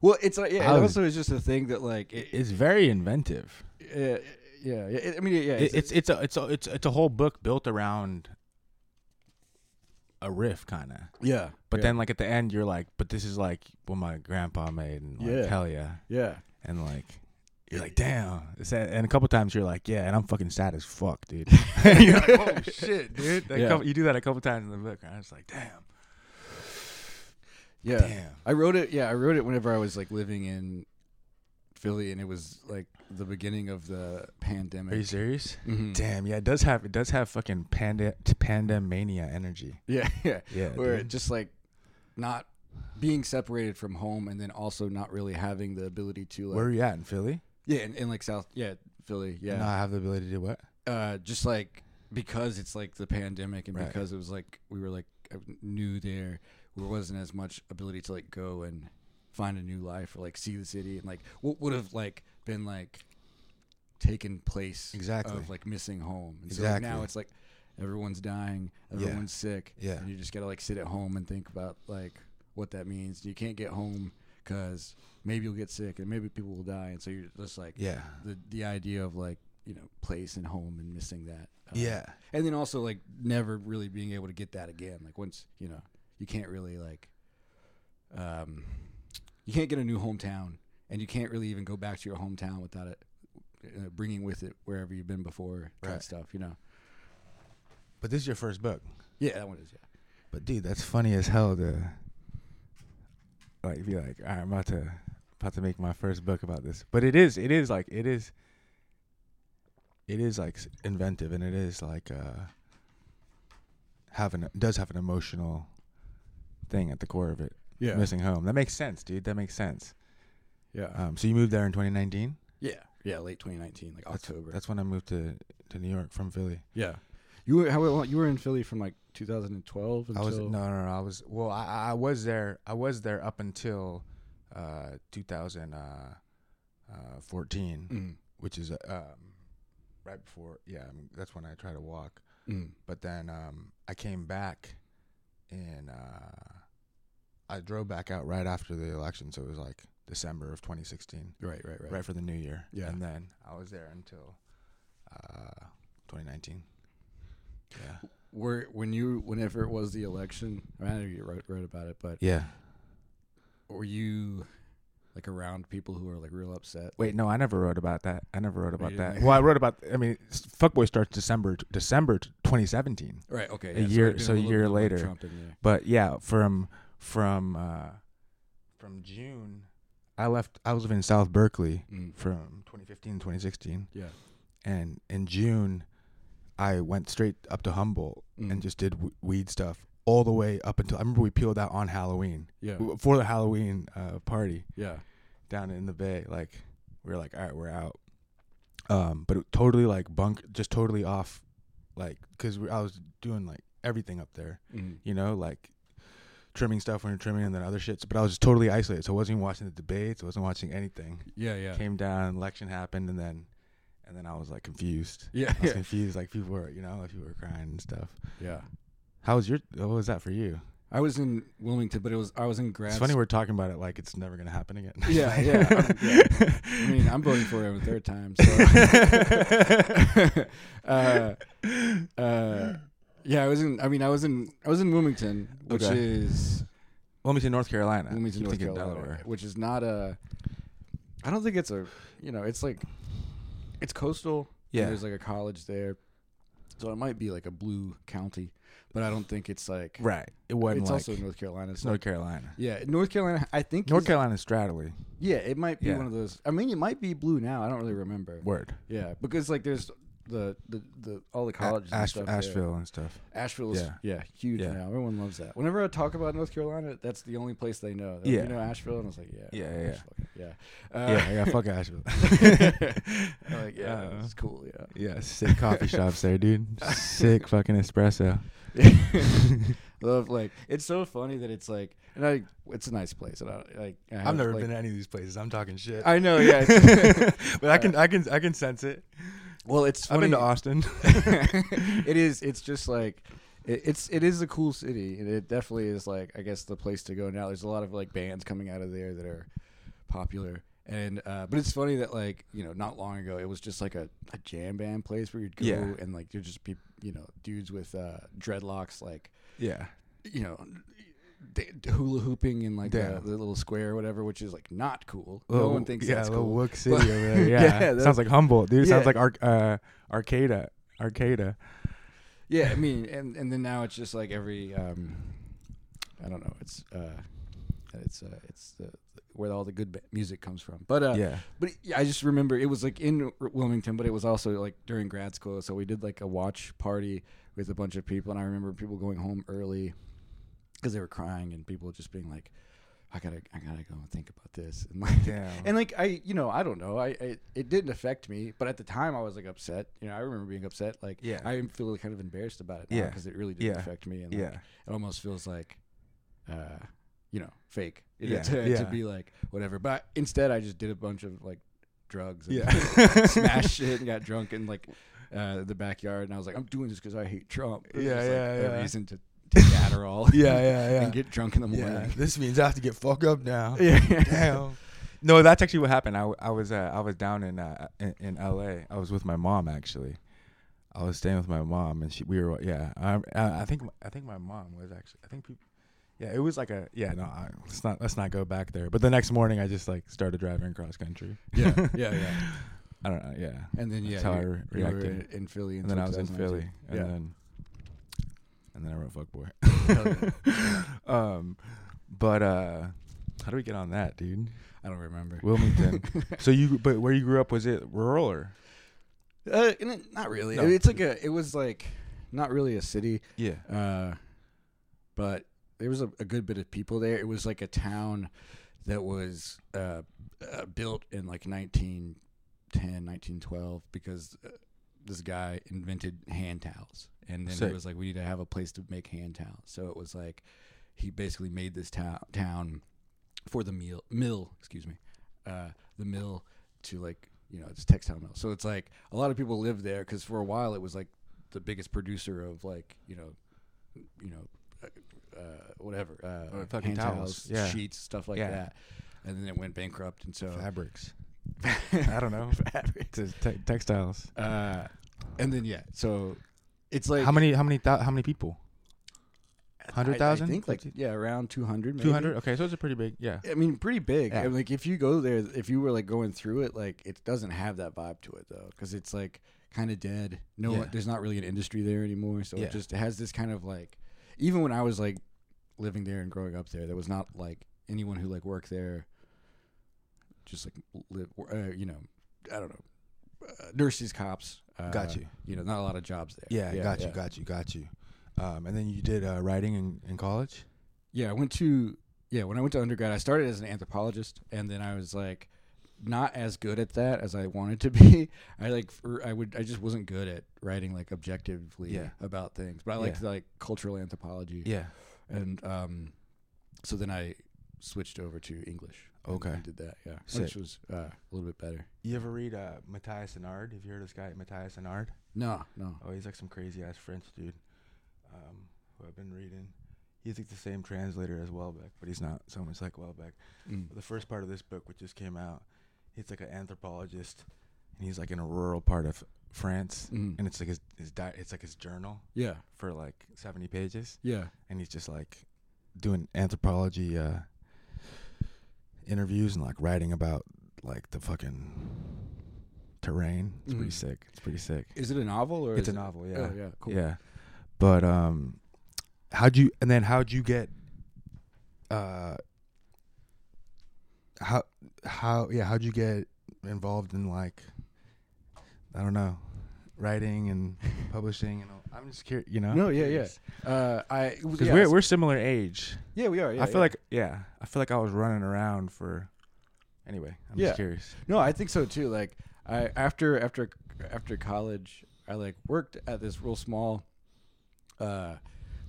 [SPEAKER 3] well, it's like, yeah,
[SPEAKER 2] I
[SPEAKER 3] it
[SPEAKER 2] was-
[SPEAKER 3] also is just a thing that like, it,
[SPEAKER 2] It's very inventive.
[SPEAKER 3] yeah, yeah, yeah, it- I mean, yeah,
[SPEAKER 2] It, it's it's a it's a it's it's a whole book built around a riff, kind of.
[SPEAKER 3] yeah.
[SPEAKER 2] But
[SPEAKER 3] yeah,
[SPEAKER 2] then, like at the end, you're like, "But this is like what my grandpa made," and like,
[SPEAKER 3] Yeah.
[SPEAKER 2] hell yeah,
[SPEAKER 3] yeah,
[SPEAKER 2] and like. You're like, damn. It's a- And a couple times you're like, yeah, and I'm fucking sad as fuck, dude. you're like, oh shit, dude. That
[SPEAKER 3] Yeah.
[SPEAKER 2] couple- you do that a couple times in the book. And I was like, damn,
[SPEAKER 3] yeah.
[SPEAKER 2] Oh, damn.
[SPEAKER 3] I wrote it. Yeah, I wrote it whenever I was like living in Philly, and it was like the beginning of the pandemic.
[SPEAKER 2] Are you serious?
[SPEAKER 3] Mhm.
[SPEAKER 2] Damn, yeah, it does have it does have fucking panda panda mania energy.
[SPEAKER 3] Yeah, yeah.
[SPEAKER 2] Yeah,
[SPEAKER 3] Where
[SPEAKER 2] dude.
[SPEAKER 3] just like not being separated from home, and then also not really having the ability to like
[SPEAKER 2] Where are you at in Philly?
[SPEAKER 3] yeah, in, in like South yeah Philly yeah.
[SPEAKER 2] Yeah. Now I have the ability to do what?
[SPEAKER 3] uh, just like because it's like the pandemic and
[SPEAKER 2] Right.
[SPEAKER 3] because it was like we were like uh, new there, there wasn't as much ability to like go and find a new life or like see the city and like what would have like been like taken place
[SPEAKER 2] Exactly.
[SPEAKER 3] of like missing home. And so like, now
[SPEAKER 2] Exactly.
[SPEAKER 3] it's like everyone's dying, everyone's sick,
[SPEAKER 2] Yeah.
[SPEAKER 3] and you just gotta like sit at home and think about like what that means. You can't get home because maybe you'll get sick and maybe people will die, and so you're just like
[SPEAKER 2] Yeah.
[SPEAKER 3] the the idea of like you know place and home and missing that. Uh,
[SPEAKER 2] Yeah.
[SPEAKER 3] and then also like never really being able to get that again. Like once you know you can't really like um you can't get a new hometown, and you can't really even go back to your hometown without it uh, bringing with it wherever you've been before, kind
[SPEAKER 2] Right.
[SPEAKER 3] of stuff. You know.
[SPEAKER 2] But this is your first book.
[SPEAKER 3] Yeah, that one is. Yeah.
[SPEAKER 2] But dude, that's funny as hell to like be like, "All right, I'm about to about to make my first book about this. But it is, it is like it is it is like s- inventive and it is like uh have an does have an emotional thing at the core of it.
[SPEAKER 3] Yeah.
[SPEAKER 2] Missing home. That makes sense, dude. That makes sense.
[SPEAKER 3] Yeah.
[SPEAKER 2] Um so you moved there in twenty nineteen?
[SPEAKER 3] yeah. Yeah. Late 2019, like October.
[SPEAKER 2] That's when I moved to to New York from Philly.
[SPEAKER 3] yeah. You were how well, you were in Philly from like 2012 until
[SPEAKER 2] I was uh, no, no, no. I was well. I- I, I was there. I was there up until uh, 2014,
[SPEAKER 3] Mm,
[SPEAKER 2] uh, which is uh, um, right before. Yeah, I mean, that's when I tried to walk.
[SPEAKER 3] mm.
[SPEAKER 2] But then um, I came back, and uh, I drove back out right after the election. So it was like December of 2016,
[SPEAKER 3] Right, right, right.
[SPEAKER 2] right, for the new year.
[SPEAKER 3] Yeah.
[SPEAKER 2] and then I was there until uh, 2019. Yeah.
[SPEAKER 3] Were when you whenever it was the election, I, mean, I know you wrote, wrote about it, but
[SPEAKER 2] Yeah.
[SPEAKER 3] were you like around people who are like real upset?
[SPEAKER 2] Wait, no, I never wrote about that. I never wrote about
[SPEAKER 3] you
[SPEAKER 2] that.
[SPEAKER 3] didn't?
[SPEAKER 2] Well, I wrote about. I mean, s- Fuckboy starts December December t- 2017.
[SPEAKER 3] Right. Okay.
[SPEAKER 2] A year-
[SPEAKER 3] there'd
[SPEAKER 2] so
[SPEAKER 3] been
[SPEAKER 2] a
[SPEAKER 3] little
[SPEAKER 2] year
[SPEAKER 3] bit of, like,
[SPEAKER 2] later.
[SPEAKER 3] Trump in there.
[SPEAKER 2] But yeah, from from uh, from June, I left. I was living in South Berkeley
[SPEAKER 3] Mm.
[SPEAKER 2] from 2015 2016,
[SPEAKER 3] Yeah.
[SPEAKER 2] and in June, I went straight up to Humboldt
[SPEAKER 3] Mm.
[SPEAKER 2] and just did w- weed stuff all the way up until I remember we peeled out on Halloween
[SPEAKER 3] yeah.
[SPEAKER 2] w- for the Halloween uh, party.
[SPEAKER 3] Yeah.
[SPEAKER 2] down in the bay like we were like all right we're out um but it totally like bunk just totally off like because i was doing like everything up there
[SPEAKER 3] Mm.
[SPEAKER 2] you know like trimming stuff when you're trimming and then other shits but i was just totally isolated so i wasn't even watching the debates i wasn't watching anything
[SPEAKER 3] Yeah. Yeah.
[SPEAKER 2] came down election happened and then and then i was like confused
[SPEAKER 3] Yeah.
[SPEAKER 2] i was
[SPEAKER 3] Yeah.
[SPEAKER 2] confused like people were you know like people were crying and stuff
[SPEAKER 3] yeah.
[SPEAKER 2] how was your what was that for you
[SPEAKER 3] I was in Wilmington, but it was I was in grad.
[SPEAKER 2] it's funny we're talking about it like it's never gonna happen again
[SPEAKER 3] Yeah, yeah, um, I'm- yeah. I mean, I'm voting for him a third time. So. uh, uh, yeah, I was in. I mean, I was in. I was in Wilmington, which
[SPEAKER 2] Okay.
[SPEAKER 3] is
[SPEAKER 2] Wilmington, North Carolina.
[SPEAKER 3] Wilmington,
[SPEAKER 2] Keep
[SPEAKER 3] North
[SPEAKER 2] thinking
[SPEAKER 3] Carolina,
[SPEAKER 2] Delaware.
[SPEAKER 3] which is not a. I don't think it's a. You know, it's like, it's coastal. and
[SPEAKER 2] Yeah.
[SPEAKER 3] there's like a college there, so it might be like a blue county, but I don't think it's like.
[SPEAKER 2] Right. It wasn't
[SPEAKER 3] It's
[SPEAKER 2] like
[SPEAKER 3] also North Carolina.
[SPEAKER 2] it's
[SPEAKER 3] so-
[SPEAKER 2] North Carolina.
[SPEAKER 3] yeah, North Carolina. I think
[SPEAKER 2] North
[SPEAKER 3] is-
[SPEAKER 2] Carolina straddly.
[SPEAKER 3] Yeah, it might be
[SPEAKER 2] Yeah.
[SPEAKER 3] one of those. I mean, it might be blue now. I don't really remember.
[SPEAKER 2] Word.
[SPEAKER 3] Yeah, because like there's the the, the all the colleges,
[SPEAKER 2] A-
[SPEAKER 3] and
[SPEAKER 2] Ash-
[SPEAKER 3] stuff there.
[SPEAKER 2] Asheville and stuff.
[SPEAKER 3] Asheville is yeah,
[SPEAKER 2] Yeah.
[SPEAKER 3] huge
[SPEAKER 2] Yeah.
[SPEAKER 3] now. Everyone loves that. Whenever I talk about North Carolina, that's the only place they know. They're like,
[SPEAKER 2] Yeah.
[SPEAKER 3] you know Asheville, and I was like, yeah,
[SPEAKER 2] Yeah, yeah, yeah.
[SPEAKER 3] Asheville, yeah, Uh,
[SPEAKER 2] yeah, yeah. Fuck Asheville.
[SPEAKER 3] I'm like yeah,
[SPEAKER 2] Uh,
[SPEAKER 3] it's cool, yeah.
[SPEAKER 2] yeah, sick coffee shops there, dude. Sick fucking espresso.
[SPEAKER 3] Love like it's so funny that it's like, and I it's a nice place, and I like I
[SPEAKER 2] I've
[SPEAKER 3] have,
[SPEAKER 2] never
[SPEAKER 3] like-
[SPEAKER 2] been to any of these places. I'm talking shit.
[SPEAKER 3] I know, yeah. It's,
[SPEAKER 2] but I can, I can, I can sense it.
[SPEAKER 3] well, it's
[SPEAKER 2] I've
[SPEAKER 3] funny.
[SPEAKER 2] been to Austin.
[SPEAKER 3] it is. It's just like it, it's. It is a cool city, and it definitely is like I guess the place to go now. There's a lot of like bands coming out of there that are popular, and uh, but it's funny that like you know not long ago it was just like a, a jam band place where you'd go
[SPEAKER 2] Yeah.
[SPEAKER 3] and like you'd just be you know dudes with uh, dreadlocks like
[SPEAKER 2] yeah.
[SPEAKER 3] you know. d- d- Hula hooping in like
[SPEAKER 2] Yeah.
[SPEAKER 3] the, the little square or whatever, which is like not cool. no
[SPEAKER 2] Little-
[SPEAKER 3] one thinks
[SPEAKER 2] yeah,
[SPEAKER 3] that's
[SPEAKER 2] little
[SPEAKER 3] cool.
[SPEAKER 2] Wook City over there.
[SPEAKER 3] Yeah,
[SPEAKER 2] Yeah,
[SPEAKER 3] that's-
[SPEAKER 2] sounds like Humboldt, dude.
[SPEAKER 3] Yeah.
[SPEAKER 2] Sounds like Ar- uh, Arcata, Arcata.
[SPEAKER 3] Yeah, I mean, and and then now it's just like every, um, I don't know, it's uh, it's uh, it's the, where all the good ba- music comes from. But uh,
[SPEAKER 2] yeah,
[SPEAKER 3] but it- I just remember it was like in Wilmington, but it was also like during grad school, so we did like a watch party with a bunch of people, and I remember people going home early because they were crying, and people just being like, I gotta I gotta go and think about this, and like
[SPEAKER 2] damn.
[SPEAKER 3] and like I, you know, I don't know. I, I it didn't affect me, but at the time I was like upset. You know, I remember being upset. Like,
[SPEAKER 2] Yeah.
[SPEAKER 3] I feel kind of embarrassed about it now
[SPEAKER 2] Yeah.
[SPEAKER 3] because it really didn't
[SPEAKER 2] Yeah.
[SPEAKER 3] affect me, and like,
[SPEAKER 2] yeah,
[SPEAKER 3] it almost feels like, uh, you know, fake. you know,
[SPEAKER 2] Yeah,
[SPEAKER 3] to,
[SPEAKER 2] yeah.
[SPEAKER 3] to be like whatever. But instead, I just did a bunch of like drugs. And
[SPEAKER 2] yeah.
[SPEAKER 3] smashed shit and got drunk in like uh, the backyard, and I was like, I'm doing this because I hate Trump. It was
[SPEAKER 2] Yeah,
[SPEAKER 3] just, like,
[SPEAKER 2] yeah,
[SPEAKER 3] A
[SPEAKER 2] yeah.
[SPEAKER 3] reason to take Adderall.
[SPEAKER 2] Yeah, yeah, yeah.
[SPEAKER 3] and get drunk in the
[SPEAKER 2] Yeah,
[SPEAKER 3] morning.
[SPEAKER 2] this means I have to get fucked up now.
[SPEAKER 3] Yeah.
[SPEAKER 2] Damn. No, that's actually what happened. I, w- I was uh, I was down in, uh, in in L.A. I was with my mom actually. I was staying with my mom, and she we were yeah. I I I think I think my mom was actually I think people. Yeah, it was like a yeah. No, I, let's not let's not go back there. But the next morning, I just like started driving cross country.
[SPEAKER 3] yeah, yeah, yeah.
[SPEAKER 2] I don't know. Yeah.
[SPEAKER 3] And then yeah,
[SPEAKER 2] That's how I
[SPEAKER 3] you-
[SPEAKER 2] re-
[SPEAKER 3] you were
[SPEAKER 2] reacted.
[SPEAKER 3] in- in Philly,
[SPEAKER 2] And then I was in Philly, and
[SPEAKER 3] Yeah.
[SPEAKER 2] then and then I wrote "Fuckboy."
[SPEAKER 3] Hell
[SPEAKER 2] um, but uh, how do we get on that, dude?
[SPEAKER 3] I don't remember.
[SPEAKER 2] Wilmington. so you, but where you grew up was it rural or?
[SPEAKER 3] Uh, and it- not really.
[SPEAKER 2] No.
[SPEAKER 3] It's like a. It was like not really a city,
[SPEAKER 2] Yeah.
[SPEAKER 3] uh, but there was a, a good bit of people there. It was like a town that was uh, uh, built in like 1910, 1912 because uh, this guy invented hand towels, and then
[SPEAKER 2] Sick.
[SPEAKER 3] it was like we need to have a place to make hand towels. So it was like he basically made this town town for the meal mill. Excuse me, uh, the mill to like you know it's textile mill. So it's like a lot of people live there because for a while it was like the biggest producer of like you know you know uh, whatever uh,
[SPEAKER 2] Uh, fucking
[SPEAKER 3] hand
[SPEAKER 2] towels. Yeah.
[SPEAKER 3] sheets, stuff like
[SPEAKER 2] Yeah.
[SPEAKER 3] that. And then it went bankrupt, and so
[SPEAKER 2] Fabrics. I don't know. T- te- textiles.
[SPEAKER 3] uh, and then yeah, so it's like
[SPEAKER 2] how many? How many? Th- how many people?
[SPEAKER 3] I-
[SPEAKER 2] Hundred thousand?
[SPEAKER 3] I think like yeah, around two hundred.
[SPEAKER 2] two hundred. Okay, so it's a pretty big. Yeah.
[SPEAKER 3] I mean, pretty big.
[SPEAKER 2] Yeah.
[SPEAKER 3] And like, if you go there, if you were like going through it, like it doesn't have that vibe to it though, because it's like kind of dead. No,
[SPEAKER 2] Yeah.
[SPEAKER 3] one, there's not really an industry there anymore. So
[SPEAKER 2] Yeah.
[SPEAKER 3] it just has this kind of like, even when I was like living there and growing up there, there was not like anyone who like worked there. Just like live, uh, you know, I don't know, uh, nurses, cops. Uh,
[SPEAKER 2] Got you.
[SPEAKER 3] You know, not a lot of jobs there.
[SPEAKER 2] Yeah. got you.
[SPEAKER 3] yeah.
[SPEAKER 2] Got you. Got you. Um, and then you did uh, writing in, in college.
[SPEAKER 3] Yeah, I went to yeah, when I went to undergrad, I started as an anthropologist and then I was like not as good at that as I wanted to be. I like for, I would I just wasn't good at writing like objectively
[SPEAKER 2] Yeah.
[SPEAKER 3] about things. But I liked like cultural anthropology
[SPEAKER 2] Yeah.
[SPEAKER 3] and um so then I switched over to English. and-
[SPEAKER 2] Okay.
[SPEAKER 3] And did that, yeah.
[SPEAKER 2] Sick.
[SPEAKER 3] Which was uh, a little bit better.
[SPEAKER 2] You ever read uh, Matthias Anard? Have you heard of this guy, Matthias Anard?
[SPEAKER 3] No, no.
[SPEAKER 2] Oh, he's like some crazy ass French dude um, who I've been reading. He's like the same translator as Welbeck, but he's not. Someone's like Welbeck.
[SPEAKER 3] Mm.
[SPEAKER 2] The first part of this book, which just came out, he's like an anthropologist, and he's like in a rural part of France,
[SPEAKER 3] Mm.
[SPEAKER 2] and it's like his, his di- it's like his journal
[SPEAKER 3] Yeah.
[SPEAKER 2] for like seventy pages,
[SPEAKER 3] Yeah.
[SPEAKER 2] and he's just like doing anthropology uh, interviews and like writing about like the fucking terrain. It's pretty
[SPEAKER 3] Mhm.
[SPEAKER 2] sick. It's pretty sick.
[SPEAKER 3] Is it a novel or
[SPEAKER 2] It's
[SPEAKER 3] is
[SPEAKER 2] a novel,
[SPEAKER 3] It,
[SPEAKER 2] yeah.
[SPEAKER 3] Oh, yeah, cool.
[SPEAKER 2] Yeah. But um how'd you and then how'd you get uh how how yeah, how'd you get involved in like I don't know, writing and publishing and all, I'm just curious, you know.
[SPEAKER 3] No, yeah, yeah. Uh, I
[SPEAKER 2] Cuz
[SPEAKER 3] yeah,
[SPEAKER 2] we're we're similar age.
[SPEAKER 3] yeah, we are. Yeah,
[SPEAKER 2] I feel
[SPEAKER 3] yeah.
[SPEAKER 2] like yeah, I feel like I was running around for anyway, I'm
[SPEAKER 3] Yeah.
[SPEAKER 2] just curious.
[SPEAKER 3] No, I think so too. Like I after after after college, I like worked at this real small uh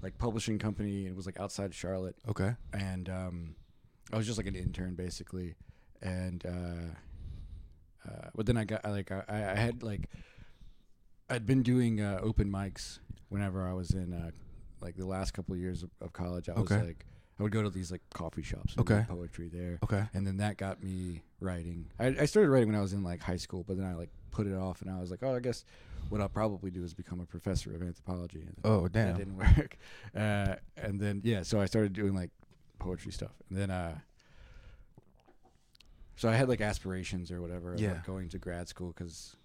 [SPEAKER 3] like publishing company and it was like outside Charlotte
[SPEAKER 2] Okay.
[SPEAKER 3] and um I was just like an intern basically and uh uh but then I got I like I, I had like I'd been doing uh, open mics whenever I was in uh like the last couple of years of, of college. I was
[SPEAKER 2] Okay.
[SPEAKER 3] like I would go to these like coffee shops and read
[SPEAKER 2] Okay.
[SPEAKER 3] poetry there
[SPEAKER 2] Okay.
[SPEAKER 3] and then that got me writing. I, I started writing when I was in like high school, but then I like put it off, and I was like, oh, I guess what I'll probably do is become a professor of anthropology. And
[SPEAKER 2] Oh,
[SPEAKER 3] that
[SPEAKER 2] damn.
[SPEAKER 3] didn't work. Uh, and then yeah, so I started doing like poetry stuff, and then uh, so I had like aspirations or whatever of
[SPEAKER 2] Yeah.
[SPEAKER 3] like, going to grad school because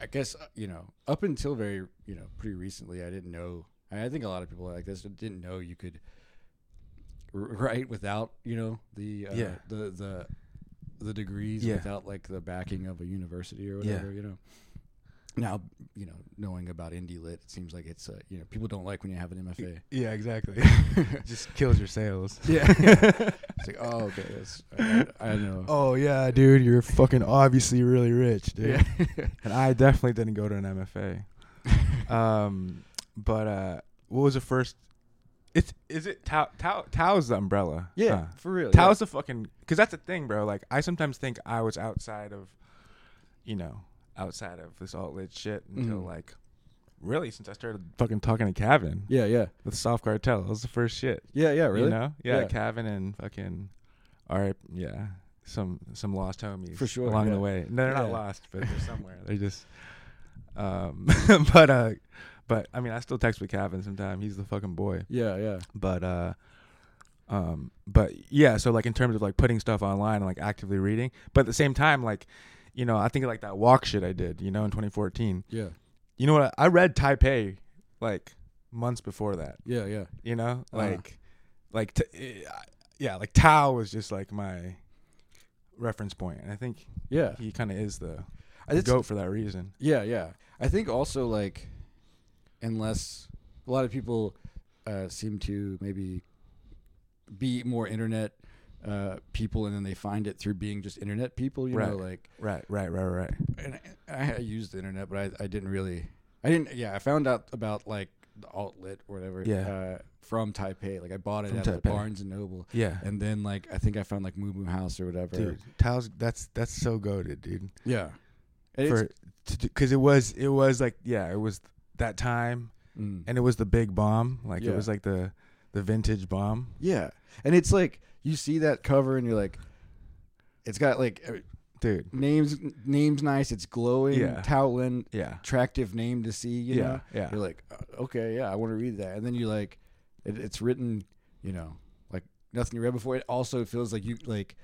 [SPEAKER 3] I guess uh, you know up until very you know pretty recently I didn't know. I I think a lot of people like this didn't know you could r- write without you know the uh,
[SPEAKER 2] Yeah.
[SPEAKER 3] the the the degrees
[SPEAKER 2] Yeah.
[SPEAKER 3] without like the backing of a university or whatever you know. Now you know knowing about indie lit, it seems like it's uh, you know people don't like when you have an MFA.
[SPEAKER 2] Yeah, exactly. just kills your sales.
[SPEAKER 3] Yeah, it's like oh okay, that's, I, I know.
[SPEAKER 2] Oh yeah, dude, you're fucking obviously really rich, dude.
[SPEAKER 3] yeah,
[SPEAKER 2] And I definitely didn't go to an MFA. um, but uh, what was the first? It's is it Tao Tao Tao's the umbrella?
[SPEAKER 3] yeah,
[SPEAKER 2] huh?
[SPEAKER 3] for real. yeah.
[SPEAKER 2] Tao's the fucking because that's the thing, bro. Like I sometimes think I was outside of, you know, outside of this alt lit shit until
[SPEAKER 3] Mhm.
[SPEAKER 2] like, really since I started fucking talking to Kevin
[SPEAKER 3] yeah, yeah,
[SPEAKER 2] with Soft Cartel. That was the first shit.
[SPEAKER 3] yeah, yeah. Oh, Really,
[SPEAKER 2] You know? Yeah,
[SPEAKER 3] Yeah.
[SPEAKER 2] Kevin and fucking all right, yeah. Some some lost homies
[SPEAKER 3] For sure,
[SPEAKER 2] along
[SPEAKER 3] yeah.
[SPEAKER 2] the way. No, they're not
[SPEAKER 3] Yeah.
[SPEAKER 2] lost, but they're somewhere. They're just um but uh but I mean I still text with Kevin sometimes. He's the fucking boy.
[SPEAKER 3] yeah, yeah,
[SPEAKER 2] But uh um but yeah, so like in terms of like putting stuff online and like actively reading, but at the same time like you know, I think of, like that walk shit I did, you know, in 2014.
[SPEAKER 3] Yeah.
[SPEAKER 2] You know what? I read Taipei like months before that.
[SPEAKER 3] Yeah. Yeah.
[SPEAKER 2] You know,
[SPEAKER 3] Uh-huh.
[SPEAKER 2] like, like, t- uh, yeah, like Tao was just like my reference point, and I think
[SPEAKER 3] Yeah.
[SPEAKER 2] he kind of is the,
[SPEAKER 3] I
[SPEAKER 2] the
[SPEAKER 3] just-
[SPEAKER 2] goat for that reason.
[SPEAKER 3] Yeah, yeah. I think also like, unless a lot of people uh, seem to maybe be more internet uh, people, and then they find it through being just internet people. You know,
[SPEAKER 2] Right.
[SPEAKER 3] like
[SPEAKER 2] Right, right, right, right.
[SPEAKER 3] and I, I used the internet, but I, I didn't really. I didn't. Yeah, I found out about like the outlet or whatever.
[SPEAKER 2] Yeah.
[SPEAKER 3] Uh, from Taipei, like I bought it
[SPEAKER 2] From
[SPEAKER 3] at
[SPEAKER 2] Taipei.
[SPEAKER 3] like, Barnes and Noble,
[SPEAKER 2] Yeah,
[SPEAKER 3] and then like I think I found like Moo Moo House or whatever.
[SPEAKER 2] dude, Tao's that's that's so goaded, dude.
[SPEAKER 3] Yeah. And it's-
[SPEAKER 2] For because it was it was like yeah, it was that time,
[SPEAKER 3] mm.
[SPEAKER 2] and it was the big bomb. Like
[SPEAKER 3] Yeah.
[SPEAKER 2] it was like the the vintage bomb.
[SPEAKER 3] Yeah. And it's like you see that cover and you're like it's got like uh,
[SPEAKER 2] dude.
[SPEAKER 3] names names nice, it's glowing,
[SPEAKER 2] Yeah.
[SPEAKER 3] Toutland,
[SPEAKER 2] Yeah,
[SPEAKER 3] attractive name to see, you
[SPEAKER 2] yeah,
[SPEAKER 3] know.
[SPEAKER 2] yeah.
[SPEAKER 3] You're like, uh, okay, yeah, I want to read that. And then you like it, it's written, you know, like nothing you read before. It also feels like you like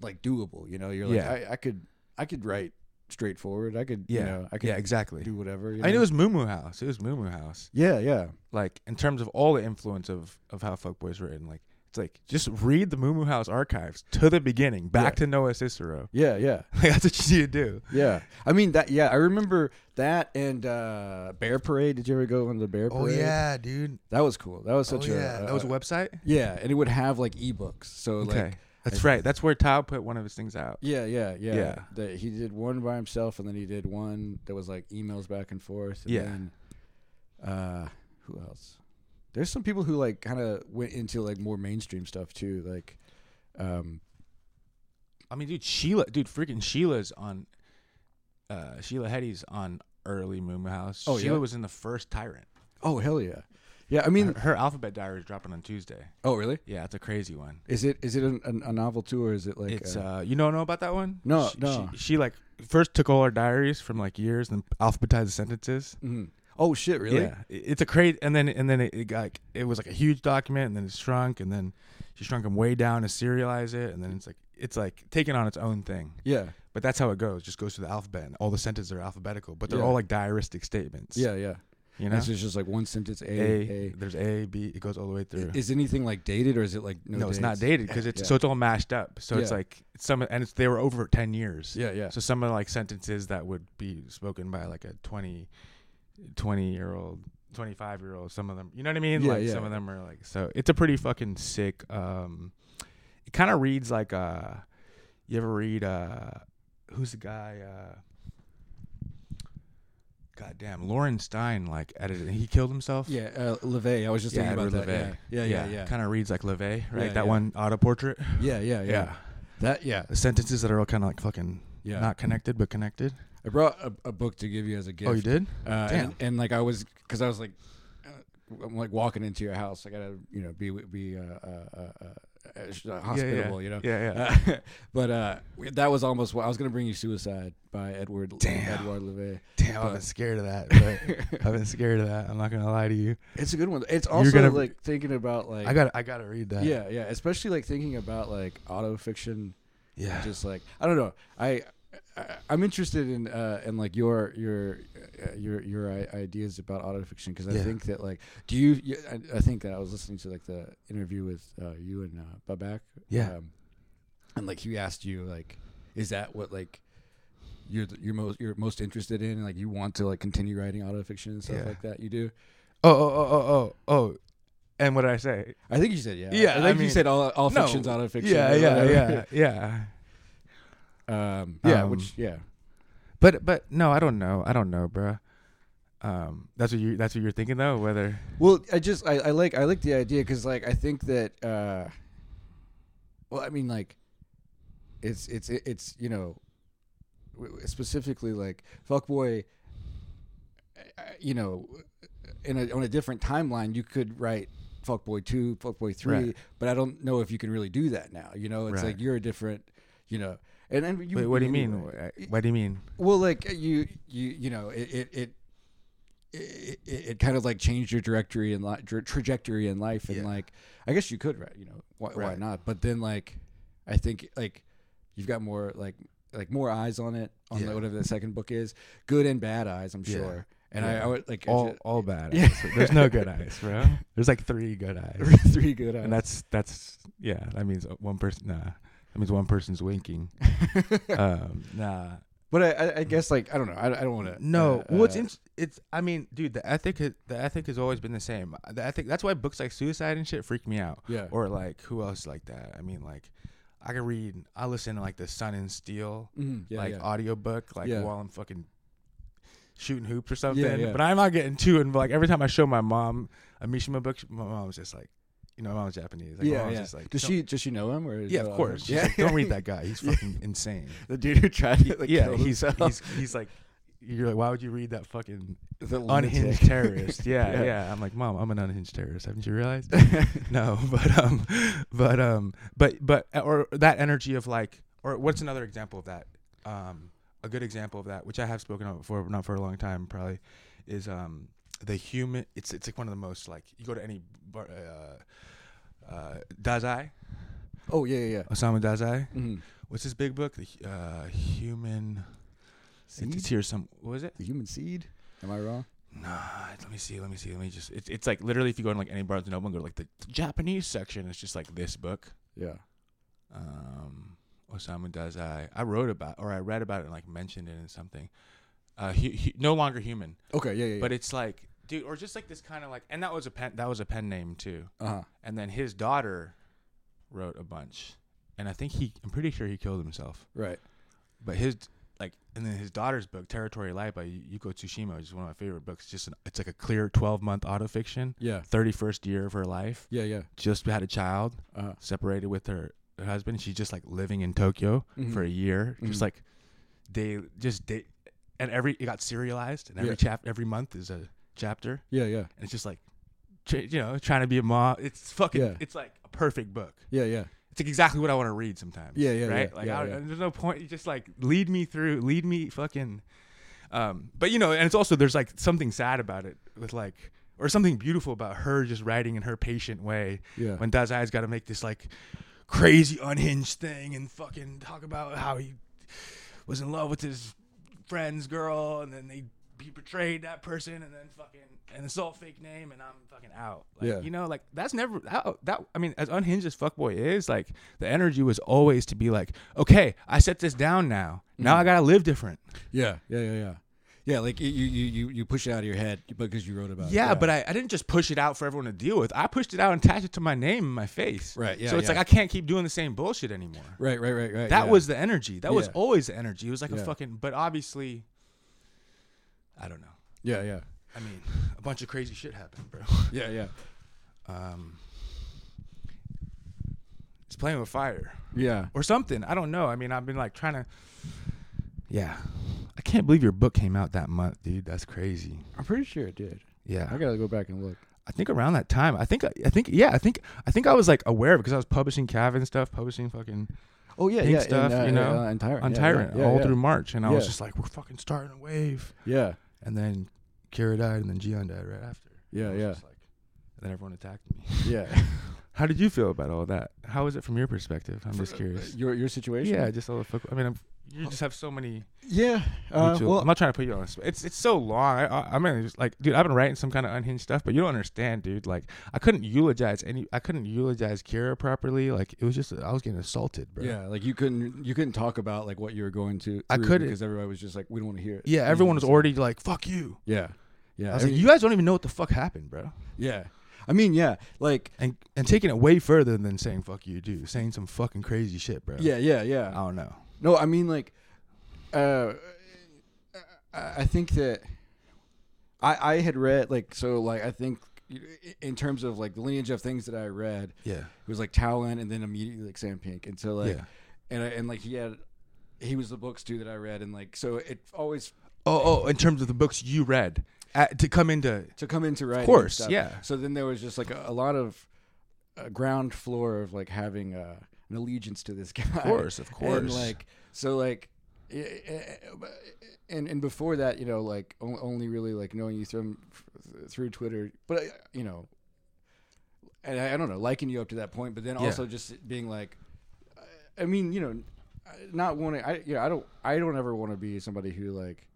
[SPEAKER 3] like doable, you know. You're like
[SPEAKER 2] Yeah.
[SPEAKER 3] I, I could I could write straightforward. I could,
[SPEAKER 2] Yeah.
[SPEAKER 3] you know, I could
[SPEAKER 2] yeah, exactly.
[SPEAKER 3] do whatever. You
[SPEAKER 2] I mean, it
[SPEAKER 3] know?
[SPEAKER 2] was Moo Moo House. It was Moo Moo House.
[SPEAKER 3] Yeah, yeah.
[SPEAKER 2] Like in terms of all the influence of of how Fuckboy's written, like it's like just read the Moo Moo House archives to the beginning, back to Noah Cicero.
[SPEAKER 3] Yeah, yeah.
[SPEAKER 2] Like that's what you need to do.
[SPEAKER 3] Yeah, I mean that. Yeah, I remember that and uh, Bear Parade. Did you ever go on the Bear
[SPEAKER 2] Oh,
[SPEAKER 3] Parade?
[SPEAKER 2] dude.
[SPEAKER 3] that was cool. That was such a
[SPEAKER 2] Oh, that was a
[SPEAKER 3] uh,
[SPEAKER 2] website.
[SPEAKER 3] yeah, and it would have like ebooks. So
[SPEAKER 2] Okay,
[SPEAKER 3] like
[SPEAKER 2] that's right. That's where Tao put one of his things out.
[SPEAKER 3] yeah, yeah, yeah.
[SPEAKER 2] Yeah.
[SPEAKER 3] That he did one by himself, and then he did one that was like emails back and forth. And
[SPEAKER 2] Yeah.
[SPEAKER 3] Then, uh, who else? There's some people who like kind of went into like more mainstream stuff too, like. Um,
[SPEAKER 2] I mean, dude, Sheila, dude, freaking Sheila's on. Uh, Sheila Hetty's on early Moo Moo House.
[SPEAKER 3] Oh,
[SPEAKER 2] Sheila
[SPEAKER 3] yeah?
[SPEAKER 2] was in the first Tyrant.
[SPEAKER 3] oh hell yeah, yeah. I
[SPEAKER 2] Her,
[SPEAKER 3] mean,
[SPEAKER 2] her Alphabet Diary is dropping on Tuesday.
[SPEAKER 3] oh really?
[SPEAKER 2] Yeah, it's a crazy one.
[SPEAKER 3] Is it is it an, an, a novel too, or is it like
[SPEAKER 2] it's
[SPEAKER 3] uh,
[SPEAKER 2] uh, you don't know about that one?
[SPEAKER 3] No,
[SPEAKER 2] she,
[SPEAKER 3] no.
[SPEAKER 2] She, she like first took all our diaries from like years and alphabetized the sentences.
[SPEAKER 3] mhm. oh shit, really?
[SPEAKER 2] Yeah, It- it's a crazy. And then and then it, it got like, it was like a huge document, and then it shrunk, and then she shrunk them way down to serialize it, and then it's like it's like taking on its own thing.
[SPEAKER 3] Yeah.
[SPEAKER 2] But that's how it goes. Just goes through the alphabet, and all the sentences are alphabetical, but they're
[SPEAKER 3] Yeah.
[SPEAKER 2] all like diaristic statements.
[SPEAKER 3] Yeah, yeah.
[SPEAKER 2] you
[SPEAKER 3] And
[SPEAKER 2] know,
[SPEAKER 3] it's just like one sentence. A,
[SPEAKER 2] a,
[SPEAKER 3] a.
[SPEAKER 2] there's a b. It goes all the way through.
[SPEAKER 3] Is anything like dated or is it like no?
[SPEAKER 2] no, it's not
[SPEAKER 3] dates?
[SPEAKER 2] dated because it's
[SPEAKER 3] Yeah.
[SPEAKER 2] so it's all mashed up. So it's
[SPEAKER 3] Yeah.
[SPEAKER 2] like some and it's they were over ten years.
[SPEAKER 3] Yeah, yeah.
[SPEAKER 2] So some of like sentences that would be spoken by like a 20, 20 year old, 25 year old, some of them, you know what I mean?
[SPEAKER 3] Yeah,
[SPEAKER 2] like
[SPEAKER 3] yeah.
[SPEAKER 2] some of them are like, so it's a pretty fucking sick, um, it kind of reads like, uh, you ever read, uh, who's the guy, uh, goddamn, Lauren Stein, like edited, he killed himself.
[SPEAKER 3] yeah, uh, LeVay. I was just thinking about
[SPEAKER 2] Edward
[SPEAKER 3] that.
[SPEAKER 2] LeVay.
[SPEAKER 3] Yeah, yeah, yeah.
[SPEAKER 2] Kind of reads like LeVay, right?
[SPEAKER 3] Yeah,
[SPEAKER 2] that
[SPEAKER 3] yeah.
[SPEAKER 2] one auto portrait.
[SPEAKER 3] Yeah, yeah, yeah. That yeah,
[SPEAKER 2] The sentences that are all kind of like fucking
[SPEAKER 3] yeah.
[SPEAKER 2] not connected, but connected.
[SPEAKER 3] I brought a, a book to give you as a gift.
[SPEAKER 2] Oh, you did?
[SPEAKER 3] Uh, and,
[SPEAKER 2] Damn.
[SPEAKER 3] and like I was, because I was like, uh, I'm like walking into your house. I gotta, you know, be be uh, uh, uh, uh, uh, hospitable. You know.
[SPEAKER 2] Yeah, yeah.
[SPEAKER 3] Uh, but uh, we- that was almost what I was gonna bring you. Suicide by Edward
[SPEAKER 2] Damn.
[SPEAKER 3] Edward LeVay.
[SPEAKER 2] Damn, I've been scared of that. But I've been scared of that. I'm not gonna lie to you.
[SPEAKER 3] Uh, It's a good one. It's also
[SPEAKER 2] gonna-
[SPEAKER 3] like thinking about like
[SPEAKER 2] I got, I gotta read that.
[SPEAKER 3] yeah, yeah. Especially like thinking about like auto fiction,
[SPEAKER 2] yeah.
[SPEAKER 3] just like I don't know. I, I I'm interested in uh in like your your uh, your your i- ideas about auto fiction because I
[SPEAKER 2] Yeah.
[SPEAKER 3] think that like do you, you I, I think that I was listening to like the interview with uh, you and uh, Babak.
[SPEAKER 2] Yeah.
[SPEAKER 3] Um, and like he asked you like, is that what like you're the, you're most you're most interested in? Like you want to like continue writing auto fiction and stuff
[SPEAKER 2] Yeah.
[SPEAKER 3] like that. You do.
[SPEAKER 2] Oh, oh, oh, oh, oh, oh. And what did I say?
[SPEAKER 3] I think you said yeah.
[SPEAKER 2] Yeah,
[SPEAKER 3] I think
[SPEAKER 2] I
[SPEAKER 3] you
[SPEAKER 2] mean-
[SPEAKER 3] said all all
[SPEAKER 2] No.
[SPEAKER 3] fiction's auto fiction.
[SPEAKER 2] yeah,
[SPEAKER 3] or
[SPEAKER 2] yeah,
[SPEAKER 3] whatever.
[SPEAKER 2] yeah, yeah.
[SPEAKER 3] Um, yeah,
[SPEAKER 2] Um,
[SPEAKER 3] which yeah,
[SPEAKER 2] But, but no, I don't know. I don't know, bruh. Um, that's what you, that's what you're thinking though. Whether
[SPEAKER 3] Well, I just I, I like I like the idea because like I think that uh, well I mean like it's it's it's you know w- w- specifically like fuckboy uh, you know in a, on a different timeline you could write fuckboy two fuckboy three
[SPEAKER 2] Right.
[SPEAKER 3] but I don't know if you can really do that now you know it's
[SPEAKER 2] Right.
[SPEAKER 3] like you're a different you know and and you
[SPEAKER 2] Wait, what do you mean?
[SPEAKER 3] anyway.
[SPEAKER 2] Wh- What do you mean?
[SPEAKER 3] Well, like uh, you, you, you know, it, it, it, it, it kind of like changed your directory and li- tra- trajectory in life, and
[SPEAKER 2] Yeah.
[SPEAKER 3] like, I guess you could, right? You know, why, why
[SPEAKER 2] Right.
[SPEAKER 3] not? But then, like, I think like you've got more like like more eyes on it on
[SPEAKER 2] Yeah.
[SPEAKER 3] whatever the second book is, good and bad eyes, I'm
[SPEAKER 2] Yeah.
[SPEAKER 3] sure. And I,
[SPEAKER 2] Yeah.
[SPEAKER 3] I would like I
[SPEAKER 2] all
[SPEAKER 3] just-
[SPEAKER 2] all bad
[SPEAKER 3] Yeah.
[SPEAKER 2] eyes. There's no good eyes, bro. There's like three good eyes,
[SPEAKER 3] three good eyes.
[SPEAKER 2] and that's that's yeah. That means one person. Nah, that means one person's winking. um, nah.
[SPEAKER 3] but I, I, I guess like I don't know. I, I don't uh, want to.
[SPEAKER 2] No, well, it's in, it's. I mean, dude, the ethic has- the ethic has always been the same. Uh, The ethic that's why books like Suicide and shit freak me out.
[SPEAKER 3] yeah.
[SPEAKER 2] Or like who else like that? I mean, like I can read. I listen to like the Sun and Steel
[SPEAKER 3] Mhm. yeah,
[SPEAKER 2] like
[SPEAKER 3] yeah.
[SPEAKER 2] audiobook like
[SPEAKER 3] Yeah.
[SPEAKER 2] while I'm fucking shooting hoops or something.
[SPEAKER 3] yeah.
[SPEAKER 2] But I'm not getting too involved. Like every time I show my mom a Mishima book, she- my mom's just like, you know, my mom's Japanese. Like, my
[SPEAKER 3] yeah,
[SPEAKER 2] mom's
[SPEAKER 3] yeah.
[SPEAKER 2] Just like,
[SPEAKER 3] does
[SPEAKER 2] "Don't-"
[SPEAKER 3] she does she know him or? Is
[SPEAKER 2] Yeah,
[SPEAKER 3] it
[SPEAKER 2] of
[SPEAKER 3] all-
[SPEAKER 2] course. She's
[SPEAKER 3] Yeah,
[SPEAKER 2] like, don't read that guy. He's fucking insane.
[SPEAKER 3] the dude who tried to like,
[SPEAKER 2] yeah,
[SPEAKER 3] kill
[SPEAKER 2] he's,
[SPEAKER 3] himself.
[SPEAKER 2] he's he's like. You're like, why would you read that fucking
[SPEAKER 3] the
[SPEAKER 2] unhinged
[SPEAKER 3] lunatic.
[SPEAKER 2] terrorist? Yeah,
[SPEAKER 3] Yeah.
[SPEAKER 2] yeah, I'm like, mom, I'm an unhinged terrorist. Haven't you realized? no, but um, but um, but but or that energy of like, or what's another example of that? Um, a good example of that, which I have spoken of before, but not for a long time, probably, is um the human. It's it's like one of the most like you go to any bar, uh, uh, Dazai
[SPEAKER 3] oh yeah, yeah.
[SPEAKER 2] Osama Dazai.
[SPEAKER 3] yeah. Mhm.
[SPEAKER 2] What's his big book? The hu- uh, human.
[SPEAKER 3] Seed?
[SPEAKER 2] It's here some. What was it?
[SPEAKER 3] The human seed. Am I wrong?
[SPEAKER 2] Nah, let me see. Let me see. Let me just. It's it's like literally if you go in like any Barnes and Noble and go to like the Japanese section, it's just like this book.
[SPEAKER 3] Yeah.
[SPEAKER 2] um, Osamu Dazai. I wrote about or I read about it and like mentioned it in something. Uh, he, he, no longer human,
[SPEAKER 3] Okay. Yeah. Yeah.
[SPEAKER 2] but it's like dude, or just like this kind of like, and that was a pen that was a pen name too.
[SPEAKER 3] uh huh.
[SPEAKER 2] And then his daughter wrote a bunch, and I think he, I'm pretty sure he killed himself.
[SPEAKER 3] Right.
[SPEAKER 2] But his like, and then his daughter's book, Territory of Light by Yu- Yuko Tsushima, which is one of my favorite books. It's just an, it's like a clear 12 month autofiction.
[SPEAKER 3] Yeah.
[SPEAKER 2] 31st year of her life,
[SPEAKER 3] Yeah. Yeah.
[SPEAKER 2] just had a child,
[SPEAKER 3] Uh huh.
[SPEAKER 2] separated with her, her husband. She's just like living in Tokyo
[SPEAKER 3] Mhm.
[SPEAKER 2] for a year,
[SPEAKER 3] Mhm.
[SPEAKER 2] just like day, just day, and every it got serialized, and every
[SPEAKER 3] Yeah.
[SPEAKER 2] chap every month is a chapter,
[SPEAKER 3] Yeah. Yeah.
[SPEAKER 2] and it's just like, tr- you know, trying to be a mom. It's fucking,
[SPEAKER 3] Yeah.
[SPEAKER 2] it's like a perfect book.
[SPEAKER 3] Yeah. Yeah.
[SPEAKER 2] It's like exactly what I want to read sometimes.
[SPEAKER 3] Yeah, yeah,
[SPEAKER 2] right.
[SPEAKER 3] yeah,
[SPEAKER 2] like,
[SPEAKER 3] yeah,
[SPEAKER 2] I,
[SPEAKER 3] yeah.
[SPEAKER 2] there's no point. You just like lead me through, lead me fucking. Um, but you know, and it's also there's like something sad about it with like. Or something beautiful about her just writing in her patient way,
[SPEAKER 3] Yeah.
[SPEAKER 2] when Dazai's got to make this like crazy unhinged thing and fucking talk about how he was in love with his friend's girl and then they he betrayed that person and then fucking and it's all fake name and I'm fucking out. Like,
[SPEAKER 3] Yeah.
[SPEAKER 2] You know, like that's never that, that I mean, as unhinged as fuckboy is, like the energy was always to be like, okay, I set this down now. Now
[SPEAKER 3] Mm-hmm.
[SPEAKER 2] I gotta live different.
[SPEAKER 3] Yeah, yeah, yeah, yeah. Yeah, like you, you, you, you push it out of your head because you wrote about it.
[SPEAKER 2] Yeah, but I, I didn't just push it out for everyone to deal with. I pushed it out and attached it to my name and my face.
[SPEAKER 3] Right, yeah,
[SPEAKER 2] So it's
[SPEAKER 3] yeah.
[SPEAKER 2] like I can't keep doing the same bullshit anymore.
[SPEAKER 3] right, right, right, right.
[SPEAKER 2] That
[SPEAKER 3] yeah.
[SPEAKER 2] was the energy. That was
[SPEAKER 3] Yeah.
[SPEAKER 2] always the energy. It was like
[SPEAKER 3] Yeah.
[SPEAKER 2] a fucking. But obviously, I don't know.
[SPEAKER 3] yeah, yeah,
[SPEAKER 2] I mean, a bunch of crazy shit happened, bro.
[SPEAKER 3] yeah, yeah,
[SPEAKER 2] Um, it's playing with fire
[SPEAKER 3] yeah.
[SPEAKER 2] or something. I don't know. I mean, I've been like trying to. Yeah, I can't believe your book came out that month, dude. That's crazy.
[SPEAKER 3] I'm pretty sure it did.
[SPEAKER 2] Yeah,
[SPEAKER 3] I gotta go back and look.
[SPEAKER 2] I think around that time, I think, I think, yeah, I think, I think I was like aware of it because I was publishing Calvin stuff, publishing fucking
[SPEAKER 3] Oh yeah,
[SPEAKER 2] Pink
[SPEAKER 3] yeah,
[SPEAKER 2] stuff,
[SPEAKER 3] and, uh,
[SPEAKER 2] you know,
[SPEAKER 3] uh, and Tyrant,
[SPEAKER 2] on
[SPEAKER 3] yeah,
[SPEAKER 2] Tyrant
[SPEAKER 3] yeah, yeah,
[SPEAKER 2] all
[SPEAKER 3] yeah.
[SPEAKER 2] through March, and I was
[SPEAKER 3] Yeah.
[SPEAKER 2] just like, we're fucking starting a wave.
[SPEAKER 3] Yeah,
[SPEAKER 2] and then Kira died, and then Gion died right after.
[SPEAKER 3] yeah,
[SPEAKER 2] I was
[SPEAKER 3] yeah,
[SPEAKER 2] just like- and then everyone attacked me.
[SPEAKER 3] yeah.
[SPEAKER 2] How did you feel about all that? How was it from your perspective? I'm just
[SPEAKER 3] For-
[SPEAKER 2] curious.
[SPEAKER 3] Your your situation.
[SPEAKER 2] Yeah, just all the fuck. I mean, I'm, you just have so many.
[SPEAKER 3] yeah. Uh,
[SPEAKER 2] mutual-
[SPEAKER 3] well,
[SPEAKER 2] I'm not trying to put you on. the spot. It's it's so long. I, I I mean, just like, dude, I've been writing some kind of unhinged stuff, but you don't understand, dude. Like, I couldn't eulogize any. I couldn't eulogize Kira properly. Like, it was just I was getting assaulted, bro.
[SPEAKER 3] yeah, like you couldn't you couldn't talk about like what you were going to.
[SPEAKER 2] I
[SPEAKER 3] through
[SPEAKER 2] couldn't.
[SPEAKER 3] because everybody was just like, we don't want to hear it.
[SPEAKER 2] Yeah,
[SPEAKER 3] You
[SPEAKER 2] everyone
[SPEAKER 3] know,
[SPEAKER 2] was
[SPEAKER 3] so-
[SPEAKER 2] already like, "Fuck you."
[SPEAKER 3] Yeah, yeah.
[SPEAKER 2] I was
[SPEAKER 3] I
[SPEAKER 2] like,
[SPEAKER 3] mean-
[SPEAKER 2] "You guys don't even know what the fuck happened, bro."
[SPEAKER 3] yeah. I mean, yeah, like
[SPEAKER 2] and and taking it way further than saying fuck you, dude. Saying some fucking crazy shit, bro.
[SPEAKER 3] yeah, yeah, yeah.
[SPEAKER 2] I don't know.
[SPEAKER 3] No, I mean like, uh, I I think that I I had read like so like I think in terms of like the lineage of things that I read,
[SPEAKER 2] Yeah.
[SPEAKER 3] it was like Talon and then immediately like Sam Pink, and so like
[SPEAKER 2] Yeah.
[SPEAKER 3] and I, and like he had he was the books too that I read, and like so it always
[SPEAKER 2] Oh, oh, in terms of the books you read at, to come into.
[SPEAKER 3] to come into writing. and
[SPEAKER 2] course,
[SPEAKER 3] stuff.
[SPEAKER 2] yeah.
[SPEAKER 3] So then there was just like a, a lot of uh, ground floor of like having uh, an allegiance to this guy. Of
[SPEAKER 2] course, of
[SPEAKER 3] And
[SPEAKER 2] course.
[SPEAKER 3] like so, like i- i- and and before that, you know, like on- only really like knowing you through through Twitter, but I- you know, and I, I don't know, liking you up to that point, but then also just being like, I mean, you know, not wanting I you know, I don't I don't ever want to be somebody who like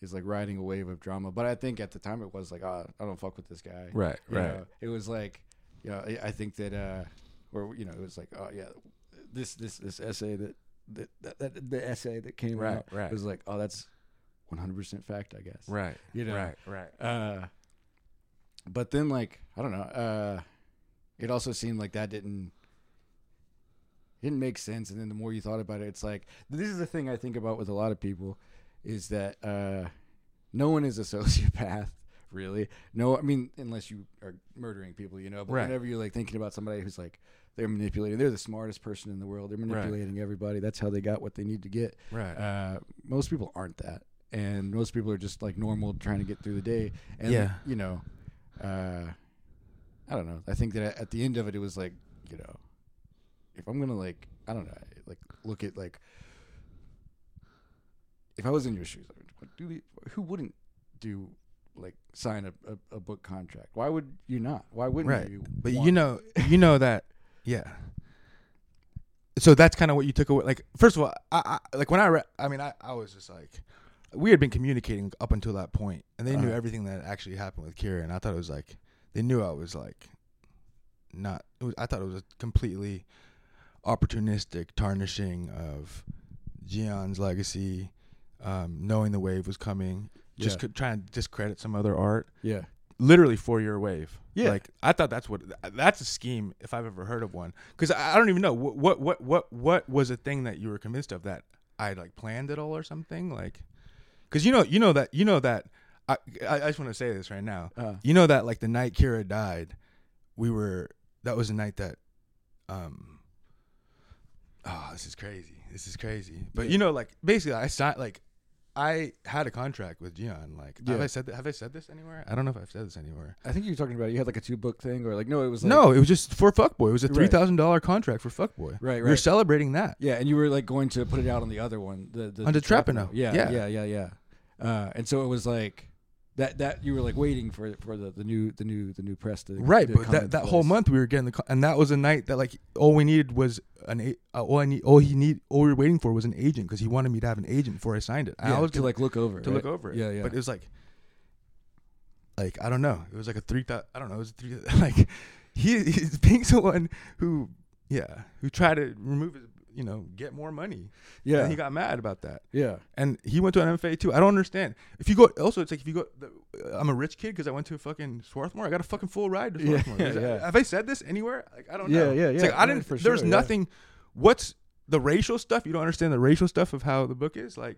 [SPEAKER 3] is like riding a wave of drama. But I think at the time it was like, ah, I don't fuck with this guy.
[SPEAKER 2] Right,
[SPEAKER 3] You
[SPEAKER 2] right.
[SPEAKER 3] know, it was like, you know, I, I think that, uh, or you know, it was like, oh yeah, this this this essay that that, that, that the essay that came
[SPEAKER 2] Right,
[SPEAKER 3] out
[SPEAKER 2] right.
[SPEAKER 3] was like, oh, that's 100 percent fact, I guess.
[SPEAKER 2] Right.
[SPEAKER 3] You know.
[SPEAKER 2] Right. Right.
[SPEAKER 3] Uh, but then like I don't know. Uh, it also seemed like that didn't didn't make sense. And then the more you thought about it, it's like this is the thing I think about with a lot of people is that uh, no one is a sociopath really. No, I mean unless you are murdering people, you know. But
[SPEAKER 2] Right.
[SPEAKER 3] whenever you're like thinking about somebody who's like they're manipulating, they're the smartest person in the world. They're manipulating everybody. That's how they got what they need to get
[SPEAKER 2] Right.
[SPEAKER 3] uh, most people aren't that, and most people are just like normal, trying to get through the day. And
[SPEAKER 2] Yeah.
[SPEAKER 3] you know, uh, I don't know. I think that at the end of it, it was like, you know, if I'm gonna like, I don't know, like look at like, if I was in your shoes, I would do the, who wouldn't do like sign a, a, a book contract? Why would you not? Why wouldn't
[SPEAKER 2] right.
[SPEAKER 3] you?
[SPEAKER 2] But
[SPEAKER 3] want-
[SPEAKER 2] you know, you know that, yeah. So that's kind of what you took away. Like, first of all, I, I like when I read. I mean, I, I was just like, we had been communicating up until that point, and they knew
[SPEAKER 3] Uh-huh.
[SPEAKER 2] everything that actually happened with Kira, and I thought it was like they knew I was like, not. It was, I thought it was a completely opportunistic tarnishing of Gian's legacy, um, knowing the wave was coming, just
[SPEAKER 3] Yeah.
[SPEAKER 2] co- trying to discredit some other art
[SPEAKER 3] yeah,
[SPEAKER 2] literally four year wave.
[SPEAKER 3] Yeah.
[SPEAKER 2] like I thought that's what that's a scheme if I've ever heard of one. Because I I don't even know wh- what what what what was a thing that you were convinced of that I like planned it all or something like. Because you know you know that you know that I I I just want to say this right now.
[SPEAKER 3] uh,
[SPEAKER 2] You know that like the night Kira died, we were that was the night that, um. Oh, this is crazy. This is crazy. But
[SPEAKER 3] Yeah.
[SPEAKER 2] you know, like basically, I signed like I had a contract with Gion. Like, have
[SPEAKER 3] Yeah.
[SPEAKER 2] I said that? Have I said this anywhere? I don't know if I've said this anywhere.
[SPEAKER 3] I think you were talking about you had like a two book thing, or like no, it was like,
[SPEAKER 2] no, it was just for Fuckboy. It was a
[SPEAKER 3] Right.
[SPEAKER 2] three thousand dollar contract for Fuckboy.
[SPEAKER 3] right,
[SPEAKER 2] You're
[SPEAKER 3] right.
[SPEAKER 2] celebrating that.
[SPEAKER 3] Yeah, and you were like going to put it out on the other one, the, the
[SPEAKER 2] On the Trapano.
[SPEAKER 3] Yeah,
[SPEAKER 2] Yeah.
[SPEAKER 3] yeah, yeah, yeah. Uh, and so it was like that that you were like waiting for for the, the new the new the new press to
[SPEAKER 2] Right,
[SPEAKER 3] to
[SPEAKER 2] but
[SPEAKER 3] come
[SPEAKER 2] that,
[SPEAKER 3] into
[SPEAKER 2] that whole
[SPEAKER 3] place.
[SPEAKER 2] month we were getting the co- and that was a night that like all we needed was an a- uh, all I need all he need all we were waiting for was an agent because he wanted me to have an agent before I signed it. And
[SPEAKER 3] yeah,
[SPEAKER 2] I was
[SPEAKER 3] to
[SPEAKER 2] gonna-
[SPEAKER 3] like look over
[SPEAKER 2] to
[SPEAKER 3] right?
[SPEAKER 2] look over it.
[SPEAKER 3] Yeah, yeah.
[SPEAKER 2] But it was like, like I don't know. It was like a three. thou- I don't know. It was a three. Like he he's being someone who yeah who tried to remove his you know get more money.
[SPEAKER 3] yeah,
[SPEAKER 2] and he got mad about that.
[SPEAKER 3] yeah,
[SPEAKER 2] And he went to an MFA too. I don't understand. If you go, also it's like if you go, the, I'm a rich kid because I went to fucking Swarthmore. I got a fucking full ride to
[SPEAKER 3] Yeah,
[SPEAKER 2] Swarthmore. Is that-
[SPEAKER 3] yeah.
[SPEAKER 2] Have I said this anywhere? Like I don't
[SPEAKER 3] Yeah,
[SPEAKER 2] know.
[SPEAKER 3] yeah,
[SPEAKER 2] It's
[SPEAKER 3] yeah.
[SPEAKER 2] like I
[SPEAKER 3] No,
[SPEAKER 2] didn't.
[SPEAKER 3] for
[SPEAKER 2] there's
[SPEAKER 3] sure, yeah.
[SPEAKER 2] nothing. What's the racial stuff? You don't understand the racial stuff of how the book is. Like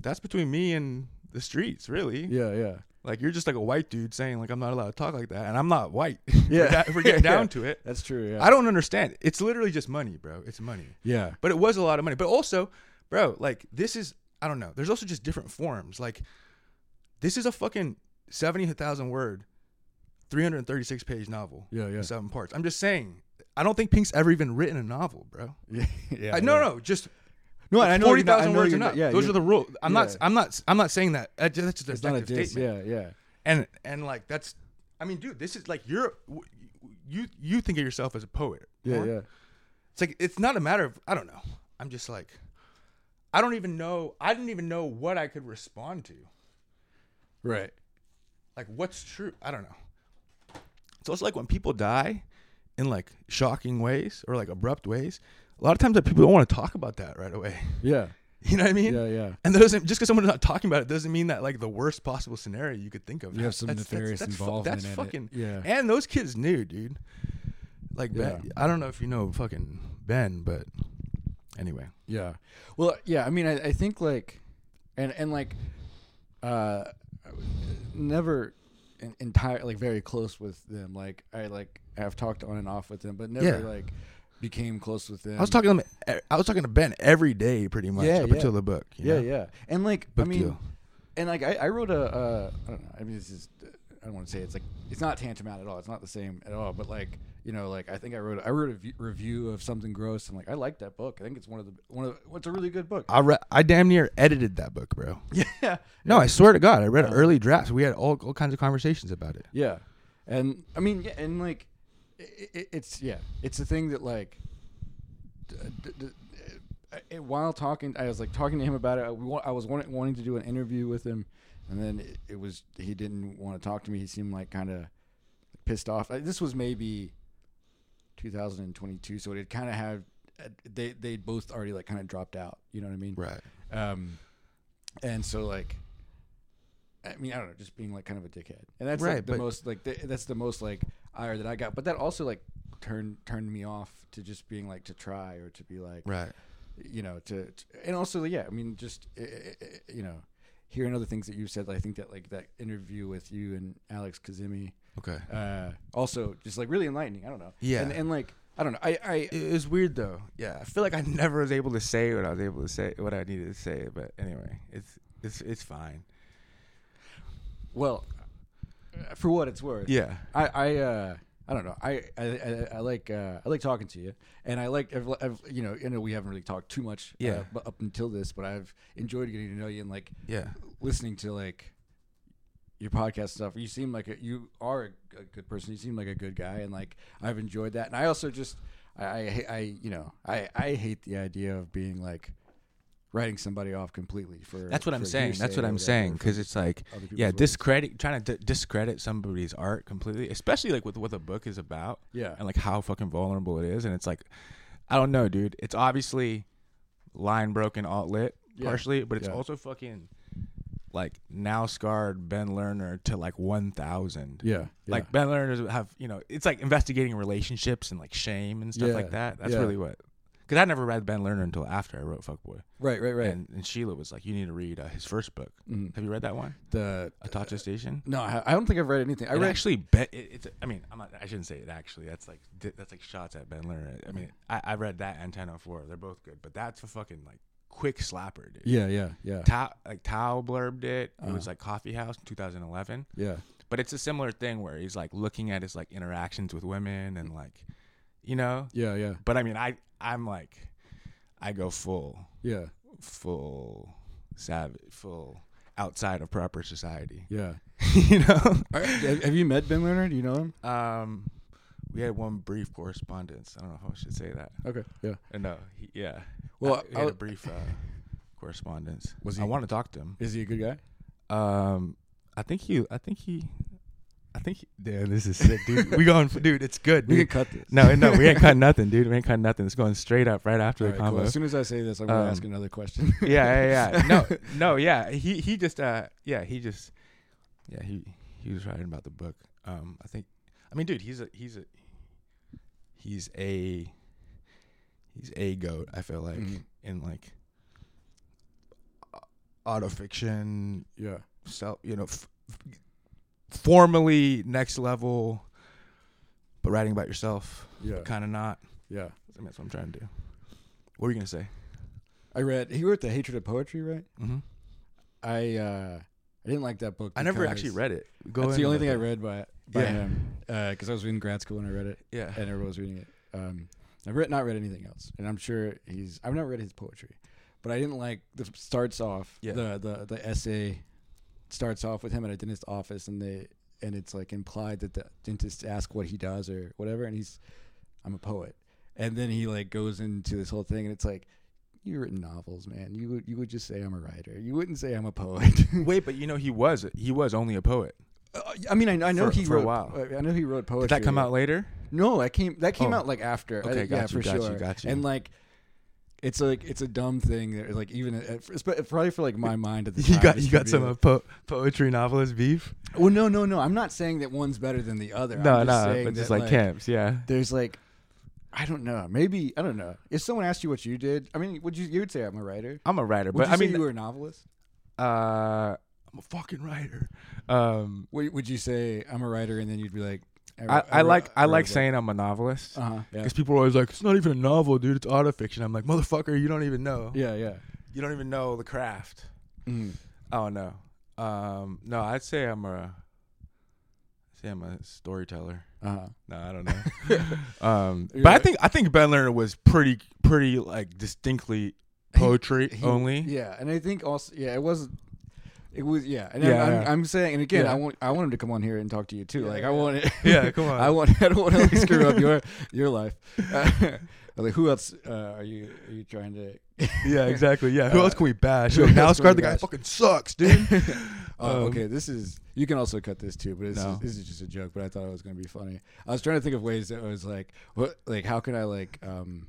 [SPEAKER 2] that's between me and the streets, really.
[SPEAKER 3] yeah, yeah.
[SPEAKER 2] Like you're just like a white dude saying like I'm not allowed to talk like that, and I'm not white.
[SPEAKER 3] Yeah.
[SPEAKER 2] if that- if we get down to it,
[SPEAKER 3] That's true. Yeah,
[SPEAKER 2] I don't understand. It's literally just money, bro. It's money
[SPEAKER 3] yeah,
[SPEAKER 2] but it was a lot of money. But also, bro, like this is I don't know. There's also just different forms. Like this is a fucking seventy thousand word, three hundred thirty six page novel,
[SPEAKER 3] yeah, yeah,
[SPEAKER 2] seven parts. I'm just saying. I don't think Pink's ever even written a novel, bro.
[SPEAKER 3] yeah, yeah.
[SPEAKER 2] I- no, no, just
[SPEAKER 3] no. I know
[SPEAKER 2] forty
[SPEAKER 3] you're not- I
[SPEAKER 2] thousand
[SPEAKER 3] know
[SPEAKER 2] words
[SPEAKER 3] you're
[SPEAKER 2] and
[SPEAKER 3] not-
[SPEAKER 2] up.
[SPEAKER 3] Yeah,
[SPEAKER 2] Those
[SPEAKER 3] you're-
[SPEAKER 2] are the rule. I'm not.
[SPEAKER 3] yeah.
[SPEAKER 2] I'm not. I'm not saying that. That- That's just an
[SPEAKER 3] It's not a
[SPEAKER 2] objective
[SPEAKER 3] diss.
[SPEAKER 2] statement.
[SPEAKER 3] Yeah, yeah.
[SPEAKER 2] And and like that's. I mean, dude, this is like you're. You you think of yourself as a poet.
[SPEAKER 3] Yeah,
[SPEAKER 2] huh?
[SPEAKER 3] yeah,
[SPEAKER 2] it's like it's not a matter of I don't know. I'm just like I don't even know I didn't even know what I could respond to.
[SPEAKER 3] right.
[SPEAKER 2] Like what's true? I don't know. So it's like when people die in like shocking ways or like abrupt ways, a lot of times that people don't want to talk about that right away.
[SPEAKER 3] Yeah,
[SPEAKER 2] You know what I mean?
[SPEAKER 3] yeah, yeah.
[SPEAKER 2] And that doesn't just because someone's not talking about it doesn't mean that like the worst possible scenario you could think of.
[SPEAKER 3] You have some
[SPEAKER 2] That's- that's-
[SPEAKER 3] nefarious
[SPEAKER 2] that's fu-
[SPEAKER 3] involvement.
[SPEAKER 2] That's
[SPEAKER 3] in
[SPEAKER 2] fucking
[SPEAKER 3] It. Yeah,
[SPEAKER 2] and those kids knew, dude. Like Ben,
[SPEAKER 3] Yeah.
[SPEAKER 2] I don't know if you know fucking Ben, but anyway.
[SPEAKER 3] Yeah. Well, yeah, I mean I, I think like and and like uh never in, entire like very close with them. Like I like have talked on and off with them, but never
[SPEAKER 2] Yeah.
[SPEAKER 3] like became close with them.
[SPEAKER 2] I was talking to him. e, I was talking to Ben every day, pretty much,
[SPEAKER 3] Yeah,
[SPEAKER 2] up
[SPEAKER 3] yeah.
[SPEAKER 2] until the book. you know?
[SPEAKER 3] Yeah, yeah. And like
[SPEAKER 2] Book
[SPEAKER 3] I mean
[SPEAKER 2] deal.
[SPEAKER 3] and like I, I wrote a uh, I don't know. I mean, this is I don't want to say it's like it's not tantamount at all. It's not the same at all. But like you know, like I think I wrote I wrote a v- review of something gross and like I like that book. I think it's one of the one of the, it's a really good book.
[SPEAKER 2] I re- I damn near edited that book, bro.
[SPEAKER 3] yeah.
[SPEAKER 2] No, I swear to God, I read early drafts. We had all, all kinds of conversations about it.
[SPEAKER 3] Yeah, and I mean, yeah, and like, i i it's yeah, it's a thing that like d- d- uh, uh, while talking, I was like talking to him about it. I, wa- I was wanting, wanting to do an interview with him, and then it, it was he didn't want to talk to me. He seemed like kind of pissed off. Uh, This was maybe 2022, so it had kind of had uh, they they both already like kind of dropped out. You know what I mean?
[SPEAKER 2] Right.
[SPEAKER 3] Um, and so like, I mean, I don't know, just being like kind of a dickhead, and that's
[SPEAKER 2] Right,
[SPEAKER 3] like, the
[SPEAKER 2] but-
[SPEAKER 3] most like th- that's the most like ire that I got. But that also like turned turned me off to just being like to try or to be like,
[SPEAKER 2] Right.
[SPEAKER 3] you know, to, to and also yeah, I mean, just eh, eh, eh, you know, hearing other things that you said, I think that like that interview with you and Alex Kazemi,
[SPEAKER 2] Okay.
[SPEAKER 3] uh, also just like really enlightening. I don't know,
[SPEAKER 2] Yeah.
[SPEAKER 3] and, and like I don't know, I I
[SPEAKER 2] It was weird though. Yeah, I feel like I never was able to say what I was able to say, what I needed to say. But anyway, it's it's it's fine.
[SPEAKER 3] well, eh, for what it's worth,
[SPEAKER 2] Yeah.
[SPEAKER 3] I I uh I don't know. I I, I, I like uh, I like talking to you, and I like I've, I've you know you know we haven't really talked too much uh,
[SPEAKER 2] Yeah.
[SPEAKER 3] bu- up until this, but I've enjoyed getting to know you and like
[SPEAKER 2] Yeah.
[SPEAKER 3] listening to like your podcast stuff. You seem like a, you are a, a good person. You seem like a good guy, and like I've enjoyed that. And I also just I I, I you know I I hate the idea of being like writing somebody off completely for
[SPEAKER 2] That's what I'm
[SPEAKER 3] for
[SPEAKER 2] saying. That's
[SPEAKER 3] hearsay
[SPEAKER 2] what
[SPEAKER 3] or
[SPEAKER 2] I'm
[SPEAKER 3] whatever,
[SPEAKER 2] saying
[SPEAKER 3] for
[SPEAKER 2] because it's like,
[SPEAKER 3] other people's
[SPEAKER 2] yeah,
[SPEAKER 3] words.
[SPEAKER 2] discredit trying to d- discredit somebody's art completely, especially like with what the book is about
[SPEAKER 3] yeah
[SPEAKER 2] and like how fucking vulnerable it is. And it's like, I don't know, dude. It's obviously line broken, alt lit
[SPEAKER 3] Yeah.
[SPEAKER 2] partially, but it's
[SPEAKER 3] Yeah.
[SPEAKER 2] also fucking like now scarred Ben Lerner to like one thousand.
[SPEAKER 3] yeah
[SPEAKER 2] Like Ben Learners have, you know, it's like investigating relationships and like shame and stuff
[SPEAKER 3] Yeah,
[SPEAKER 2] like that. That's
[SPEAKER 3] yeah.
[SPEAKER 2] really what. Because I never read Ben Lerner until after I wrote Fuckboy,
[SPEAKER 3] right right right
[SPEAKER 2] and, and Sheila was like, "You need to read uh, his first book.
[SPEAKER 3] Mhm.
[SPEAKER 2] Have you read that one,
[SPEAKER 3] the
[SPEAKER 2] Atacha Station?"
[SPEAKER 3] No, I, I don't think I've read anything. I
[SPEAKER 2] I
[SPEAKER 3] read
[SPEAKER 2] actually bet it, it's. I mean, I'm not. I shouldn't say it. Actually, that's like di- that's like shots at Ben Lerner. I mean, I, I read that and 1004. They're both good, but that's a fucking like quick slapper, dude.
[SPEAKER 3] Yeah, yeah, yeah,
[SPEAKER 2] Tao, like Tao blurbed it. It was
[SPEAKER 3] Uh-huh.
[SPEAKER 2] like Coffee House, 2011
[SPEAKER 3] yeah,
[SPEAKER 2] but it's a similar thing where he's like looking at his like interactions with women and like you know
[SPEAKER 3] yeah, yeah,
[SPEAKER 2] but i mean i i'm like i go full
[SPEAKER 3] yeah,
[SPEAKER 2] full savage full outside of proper society
[SPEAKER 3] yeah.
[SPEAKER 2] you know
[SPEAKER 3] All right, have, have you met Ben Lerner? Do you know him?
[SPEAKER 2] um we had one brief correspondence i don't know if i should say that
[SPEAKER 3] Okay, yeah.
[SPEAKER 2] Uh, no he, yeah
[SPEAKER 3] Well,
[SPEAKER 2] I- we
[SPEAKER 3] I'll-
[SPEAKER 2] had a brief uh, correspondence
[SPEAKER 3] Was
[SPEAKER 2] i
[SPEAKER 3] he-
[SPEAKER 2] want to talk to him
[SPEAKER 3] Is he a good guy?
[SPEAKER 2] Um, I think he. I think he. I think. He, damn, this is sick, dude. we going, for, dude. It's good.
[SPEAKER 3] We
[SPEAKER 2] Dude.
[SPEAKER 3] can cut this.
[SPEAKER 2] no, no, we ain't cut nothing, dude. We ain't cut nothing. It's going straight up right after the
[SPEAKER 3] All right, cool.
[SPEAKER 2] combo.
[SPEAKER 3] As soon as I say this, I'm gonna
[SPEAKER 2] Um,
[SPEAKER 3] ask another question.
[SPEAKER 2] yeah, yeah, yeah. No, no, yeah. He he just uh yeah he just yeah he he was writing about the book. Um, I think. I mean, dude, he's a he's a he's a he's a goat. I feel like
[SPEAKER 3] Mhm.
[SPEAKER 2] in like auto fiction
[SPEAKER 3] yeah,
[SPEAKER 2] self, you know, f- f- formally next level, but writing about yourself,
[SPEAKER 3] yeah,
[SPEAKER 2] kind of not. I
[SPEAKER 3] yeah.
[SPEAKER 2] mean, that's what I'm trying to do. What were you gonna say?
[SPEAKER 3] I read. He wrote the Hatred of Poetry, right?
[SPEAKER 2] Mm-hmm.
[SPEAKER 3] I uh, I didn't like that book.
[SPEAKER 2] I never actually
[SPEAKER 3] because
[SPEAKER 2] read it. Go
[SPEAKER 3] That's the
[SPEAKER 2] into
[SPEAKER 3] only
[SPEAKER 2] that
[SPEAKER 3] thing I
[SPEAKER 2] though.
[SPEAKER 3] read by by
[SPEAKER 2] Yeah.
[SPEAKER 3] him because I was in grad school and I read it,
[SPEAKER 2] Yeah,
[SPEAKER 3] and everyone was reading it. Um, I've read, not read anything else, and I'm sure he's. I've never read his poetry, but I didn't like the starts off
[SPEAKER 2] Yeah.
[SPEAKER 3] the the the essay starts off with him at a dentist's office, and they and it's like implied that the dentist asks what he does or whatever, and he's, I'm a poet, and then he like goes into this whole thing, and it's like. You've written novels, man. You would you would just say I'm a writer. You wouldn't say I'm a poet.
[SPEAKER 2] wait, but you know, he was he was only a poet.
[SPEAKER 3] Uh, I mean, I, I know
[SPEAKER 2] For-
[SPEAKER 3] he
[SPEAKER 2] for a
[SPEAKER 3] wrote.
[SPEAKER 2] while.
[SPEAKER 3] I know he wrote poetry.
[SPEAKER 2] Did that come out later?
[SPEAKER 3] No, that came that came
[SPEAKER 2] Oh.
[SPEAKER 3] out like after. I-
[SPEAKER 2] Okay, got
[SPEAKER 3] yeah,
[SPEAKER 2] you,
[SPEAKER 3] for
[SPEAKER 2] got you,
[SPEAKER 3] sure.
[SPEAKER 2] got you.
[SPEAKER 3] And like, it's like it's a dumb thing that like even at, at, it's probably for like my mind at the time.
[SPEAKER 2] You got
[SPEAKER 3] this
[SPEAKER 2] you
[SPEAKER 3] would
[SPEAKER 2] got
[SPEAKER 3] be
[SPEAKER 2] some
[SPEAKER 3] like-
[SPEAKER 2] of po- poetry novelist beef.
[SPEAKER 3] well, no, no, no. I'm not saying that one's better than the other.
[SPEAKER 2] no,
[SPEAKER 3] I'm just
[SPEAKER 2] no,
[SPEAKER 3] saying
[SPEAKER 2] but just
[SPEAKER 3] that,
[SPEAKER 2] like, camps. Yeah,
[SPEAKER 3] There's like, I don't know. Maybe I don't know. If someone asked you what you did, I mean, would you you would say I'm a writer?
[SPEAKER 2] I'm a writer,
[SPEAKER 3] Would
[SPEAKER 2] but
[SPEAKER 3] you
[SPEAKER 2] I
[SPEAKER 3] say
[SPEAKER 2] mean,
[SPEAKER 3] you were a novelist?
[SPEAKER 2] uh, I'm a fucking writer. Um,
[SPEAKER 3] Would, would you say I'm a writer, and then you'd be like,
[SPEAKER 2] I, I like I like saying I'm a novelist.
[SPEAKER 3] uh huh, yeah,
[SPEAKER 2] Because people are always like, it's not even a novel, dude. It's auto fiction. I'm like, motherfucker, you don't even know.
[SPEAKER 3] yeah, yeah.
[SPEAKER 2] You don't even know the craft.
[SPEAKER 3] Mhm.
[SPEAKER 2] Oh no. Um, no, I'd say I'm a. I'd say I'm a storyteller.
[SPEAKER 3] Uh-huh.
[SPEAKER 2] No, I don't know. um,
[SPEAKER 3] You're
[SPEAKER 2] but I
[SPEAKER 3] like-
[SPEAKER 2] think I think Ben Lerner was pretty pretty like distinctly poetry
[SPEAKER 3] He-
[SPEAKER 2] only.
[SPEAKER 3] Yeah, and I think also yeah, it was It was yeah, and
[SPEAKER 2] Yeah,
[SPEAKER 3] I'm,
[SPEAKER 2] yeah.
[SPEAKER 3] I'm saying, and again,
[SPEAKER 2] Yeah.
[SPEAKER 3] I want I want him to come on here and talk to you too.
[SPEAKER 2] Yeah,
[SPEAKER 3] like
[SPEAKER 2] yeah.
[SPEAKER 3] I want it.
[SPEAKER 2] Yeah, come on.
[SPEAKER 3] I want. I don't want to like, screw up your your life. Uh, like who else uh, are you are you trying to?
[SPEAKER 2] yeah, exactly. Yeah, who
[SPEAKER 3] Uh,
[SPEAKER 2] else can we bash?
[SPEAKER 3] who
[SPEAKER 2] Yo,
[SPEAKER 3] else
[SPEAKER 2] now
[SPEAKER 3] can
[SPEAKER 2] Scar
[SPEAKER 3] we
[SPEAKER 2] the guy
[SPEAKER 3] bash?
[SPEAKER 2] fucking sucks, dude.
[SPEAKER 3] Oh,
[SPEAKER 2] Um,
[SPEAKER 3] okay. This is you can also cut this too, but this,
[SPEAKER 2] No.
[SPEAKER 3] is, this is just a joke. But I thought it was going to be funny. I was trying to think of ways that was like, what, like how can I like um,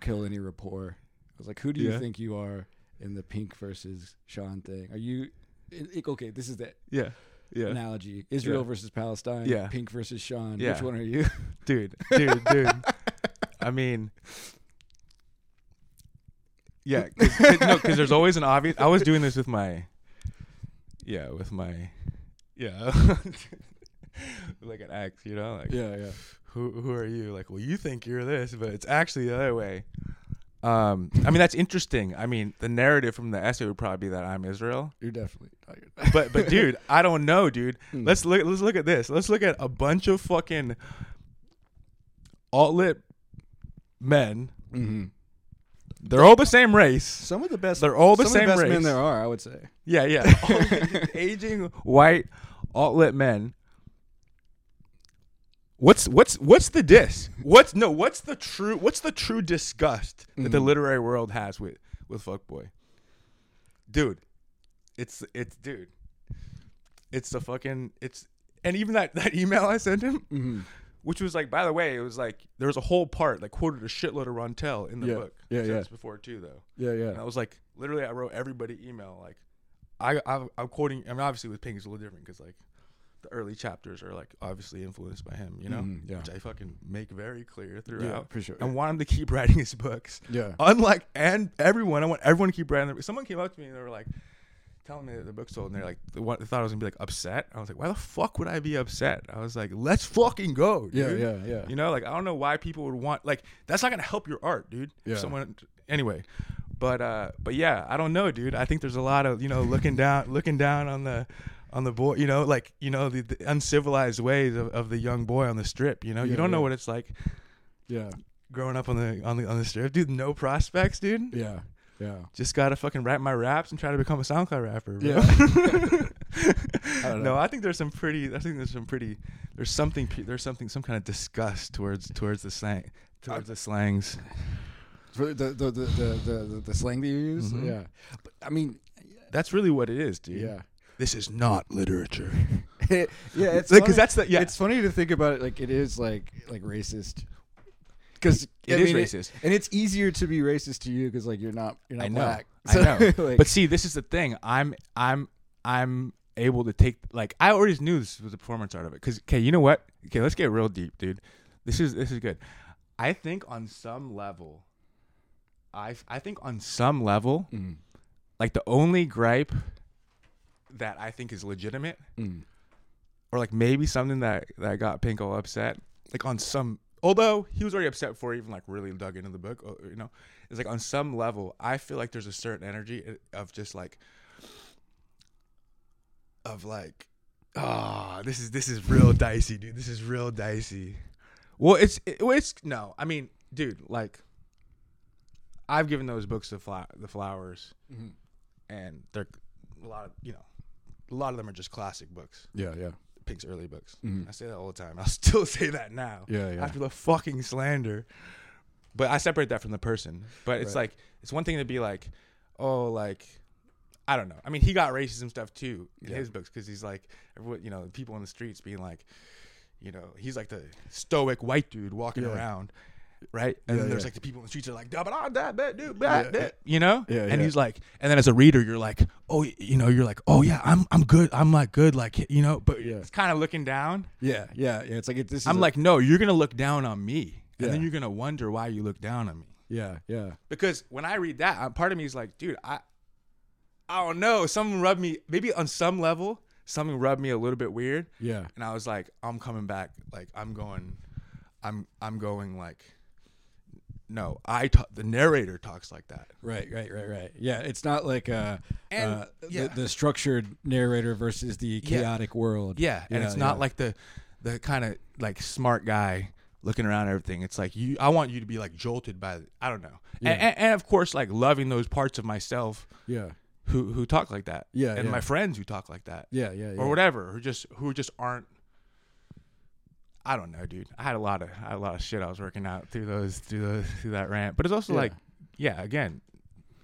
[SPEAKER 3] kill any rapport? I was like, who do you
[SPEAKER 2] Yeah.
[SPEAKER 3] think you are in the Pink versus Sean thing? Are you i- i- okay? This is the
[SPEAKER 2] Yeah, yeah,
[SPEAKER 3] analogy: Israel
[SPEAKER 2] Yeah.
[SPEAKER 3] versus Palestine.
[SPEAKER 2] Yeah.
[SPEAKER 3] Pink versus Sean. Which
[SPEAKER 2] Yeah.
[SPEAKER 3] one are you?
[SPEAKER 2] dude, dude, dude. I mean, yeah, cause, 'cause- no, because there's always an obvious. I was doing this with my, yeah, with my, yeah, like an axe, you know, like
[SPEAKER 3] yeah, yeah.
[SPEAKER 2] who who are you? Like, well, you think you're this, but it's actually the other way. Um, I mean, that's interesting. I mean, the narrative from the essay would probably be that I'm Israel.
[SPEAKER 3] You're definitely. Not good.
[SPEAKER 2] But but dude, I don't know, dude. Let's look let's look at this. Let's look at a bunch of fucking alt men.
[SPEAKER 3] Mhm.
[SPEAKER 2] They're all the same race.
[SPEAKER 3] Some of the best.
[SPEAKER 2] They're all the
[SPEAKER 3] some
[SPEAKER 2] same
[SPEAKER 3] of the best
[SPEAKER 2] race.
[SPEAKER 3] men there are. I would say.
[SPEAKER 2] Yeah, yeah. All these aging white alt men. What's what's what's the diss? What's no, what's the true what's the true disgust that
[SPEAKER 3] Mm.
[SPEAKER 2] the literary world has with with fuckboy? Dude, it's it's dude. It's the fucking it's and even that that email I sent him,
[SPEAKER 3] Mm. Mm-hmm.
[SPEAKER 2] which was like by the way, it was like there was a whole part that quoted a shitload of Rontel in the
[SPEAKER 3] Yeah,
[SPEAKER 2] book.
[SPEAKER 3] yeah,
[SPEAKER 2] Said
[SPEAKER 3] yeah.
[SPEAKER 2] this before too though.
[SPEAKER 3] Yeah,
[SPEAKER 2] And
[SPEAKER 3] yeah.
[SPEAKER 2] I was like, literally, I wrote everybody email like, I I'm, I'm quoting. I mean, obviously with Pink it's a little different because like the early chapters are like obviously influenced by him, you know,
[SPEAKER 3] Mhm, yeah.
[SPEAKER 2] which I fucking make very clear throughout.
[SPEAKER 3] for sure.
[SPEAKER 2] I want him to keep writing his books.
[SPEAKER 3] Yeah.
[SPEAKER 2] Unlike and everyone, I want everyone to keep writing. Their, someone came up to me and they were like. Telling me that the book's sold, and they're like, they wa- they thought I was gonna be like upset. I was like, why the fuck would I be upset? I was like, let's fucking go, dude.
[SPEAKER 3] Yeah, yeah, yeah.
[SPEAKER 2] You know, like I don't know why people would want like that's not gonna help your art, dude.
[SPEAKER 3] Yeah.
[SPEAKER 2] If someone anyway. But uh but yeah, I don't know, dude. I think there's a lot of, you know, looking down looking down on the on the boy, you know, like, you know, the, the uncivilized ways of, of the young boy on the strip, you know.
[SPEAKER 3] Yeah,
[SPEAKER 2] you don't know
[SPEAKER 3] yeah.
[SPEAKER 2] what it's like
[SPEAKER 3] Yeah.
[SPEAKER 2] growing up on the on the on the strip. Dude, no prospects, dude.
[SPEAKER 3] Yeah. Yeah.
[SPEAKER 2] Just gotta fucking rap my raps and try to become a SoundCloud rapper. Bro.
[SPEAKER 3] Yeah. I don't know.
[SPEAKER 2] no, I think there's some pretty. I think there's some pretty. There's something. pe- There's something. Some kind of disgust towards towards the slang. Towards the slangs.
[SPEAKER 3] For the, the, the, the, the, the slang that you use?
[SPEAKER 2] Mhm.
[SPEAKER 3] Yeah. But, I mean,
[SPEAKER 2] That's really what it is, dude.
[SPEAKER 3] yeah.
[SPEAKER 2] This is not literature.
[SPEAKER 3] yeah, it's
[SPEAKER 2] Like, 'cause
[SPEAKER 3] funny-
[SPEAKER 2] that's the- yeah.
[SPEAKER 3] It's funny to think about it like it is like like racist. Cuz
[SPEAKER 2] It is racist.
[SPEAKER 3] and it's easier to be racist to you cuz like you're not you're not
[SPEAKER 2] I know.
[SPEAKER 3] black.
[SPEAKER 2] I know.
[SPEAKER 3] like,
[SPEAKER 2] but see, this is the thing. I'm. I'm. I'm able to take. Like, I already knew this was a performance art of it. Cause, okay, you know what? Okay, let's get real deep, dude. This is. This is good. I think on some level. I. I think on some level.
[SPEAKER 3] Mm,
[SPEAKER 2] like the only gripe that I think is legitimate,
[SPEAKER 3] mm.
[SPEAKER 2] or like maybe something that that got Pink all upset, like on some. Although he was already upset before he even like really dug into the book, uh, you know, it's like on some level I feel like there's a certain energy uh, of just like of like, ah, this is this is real dicey, dude. This is real dicey. Well, it's it, well, it's no, I mean, dude, like I've given those books the fla- the flowers and they're a lot of you know a lot of them are just classic books
[SPEAKER 3] Yeah, yeah.
[SPEAKER 2] pink's early books i say that all the time i'll still say that now
[SPEAKER 3] Mm-hmm. Yeah, yeah.
[SPEAKER 2] after the fucking slander but i separate that from the person but it's like it's one thing to be like oh like i don't know i mean he got racism stuff too in his books because he's like everyone you know people in the streets being like you know he's like the stoic white dude walking
[SPEAKER 3] Yeah.
[SPEAKER 2] around right and then there's
[SPEAKER 3] yeah.
[SPEAKER 2] like the people in the streets are like da ba da da dude ba da," you know
[SPEAKER 3] Yeah,
[SPEAKER 2] and
[SPEAKER 3] yeah.
[SPEAKER 2] he's like and then as a reader you're like oh y- you know you're like oh yeah i'm i'm good i'm like good like you know but
[SPEAKER 3] Yeah.
[SPEAKER 2] it's kind of looking down
[SPEAKER 3] Yeah, yeah, yeah. It's like it, this is
[SPEAKER 2] i'm
[SPEAKER 3] a-
[SPEAKER 2] like no you're gonna look down on me and
[SPEAKER 3] Yeah.
[SPEAKER 2] then you're gonna wonder why you look down on me
[SPEAKER 3] yeah, yeah.
[SPEAKER 2] because when i read that uh, part of me is like dude i i don't know something rubbed me maybe on some level something rubbed me a little bit weird
[SPEAKER 3] Yeah.
[SPEAKER 2] and I was like, I'm coming back. Like I'm going, I'm I'm going like, no, I ta- the narrator talks like that.
[SPEAKER 3] Right, right, right, right. Yeah, it's not like uh,
[SPEAKER 2] And-
[SPEAKER 3] uh
[SPEAKER 2] yeah.
[SPEAKER 3] the, the structured narrator versus the chaotic world.
[SPEAKER 2] Yeah, and
[SPEAKER 3] Yeah,
[SPEAKER 2] it's not
[SPEAKER 3] yeah.
[SPEAKER 2] like the the kind of like smart guy looking around everything. It's like you, I want you to be like jolted by I don't know, and, and, and of course like loving those parts of myself
[SPEAKER 3] Yeah.
[SPEAKER 2] who who talk like that.
[SPEAKER 3] Yeah,
[SPEAKER 2] and
[SPEAKER 3] yeah.
[SPEAKER 2] my friends who talk like that
[SPEAKER 3] Yeah, yeah, yeah.
[SPEAKER 2] or whatever who just who just aren't I don't know, dude. I had a lot of I had a lot of shit I was working out through those through those through that rant. But it's also
[SPEAKER 3] Yeah.
[SPEAKER 2] like yeah, again,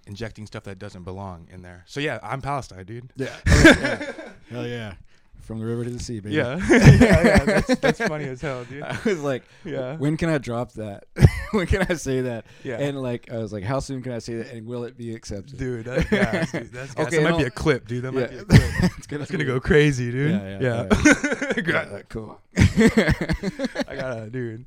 [SPEAKER 2] injecting stuff that doesn't belong in there. So yeah, I'm Palestine, dude.
[SPEAKER 3] Yeah. yeah. Hell yeah. From the river to the sea, baby.
[SPEAKER 2] Yeah. yeah, yeah, that's, that's funny as hell, dude.
[SPEAKER 3] I was like,
[SPEAKER 2] Yeah.
[SPEAKER 3] when can I drop that? when can I say that?
[SPEAKER 2] Yeah.
[SPEAKER 3] And like, I was like, how soon can I say that? And will it be accepted?
[SPEAKER 2] Dude, that, yeah, dude, that's,
[SPEAKER 3] Okay,
[SPEAKER 2] that might
[SPEAKER 3] no.
[SPEAKER 2] be a clip, dude. That
[SPEAKER 3] Yeah.
[SPEAKER 2] might be a clip.
[SPEAKER 3] it's gonna,
[SPEAKER 2] It's gonna go crazy, dude.
[SPEAKER 3] Yeah, yeah,
[SPEAKER 2] Got- Um,
[SPEAKER 3] Yeah, cool.
[SPEAKER 2] I got a dude.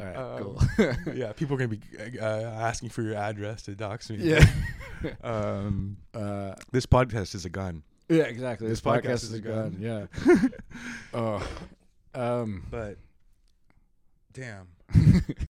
[SPEAKER 3] All right,
[SPEAKER 2] Um,
[SPEAKER 3] cool.
[SPEAKER 2] Yeah, people are gonna be uh, asking for your address to dox me.
[SPEAKER 3] yeah.
[SPEAKER 2] Um,
[SPEAKER 3] Uh,
[SPEAKER 2] this podcast is a gun,
[SPEAKER 3] yeah, exactly.
[SPEAKER 2] This
[SPEAKER 3] This,
[SPEAKER 2] podcast
[SPEAKER 3] podcast,
[SPEAKER 2] is
[SPEAKER 3] is,
[SPEAKER 2] a
[SPEAKER 3] a
[SPEAKER 2] gun.
[SPEAKER 3] gun. Yeah. oh. Um.
[SPEAKER 2] but damn,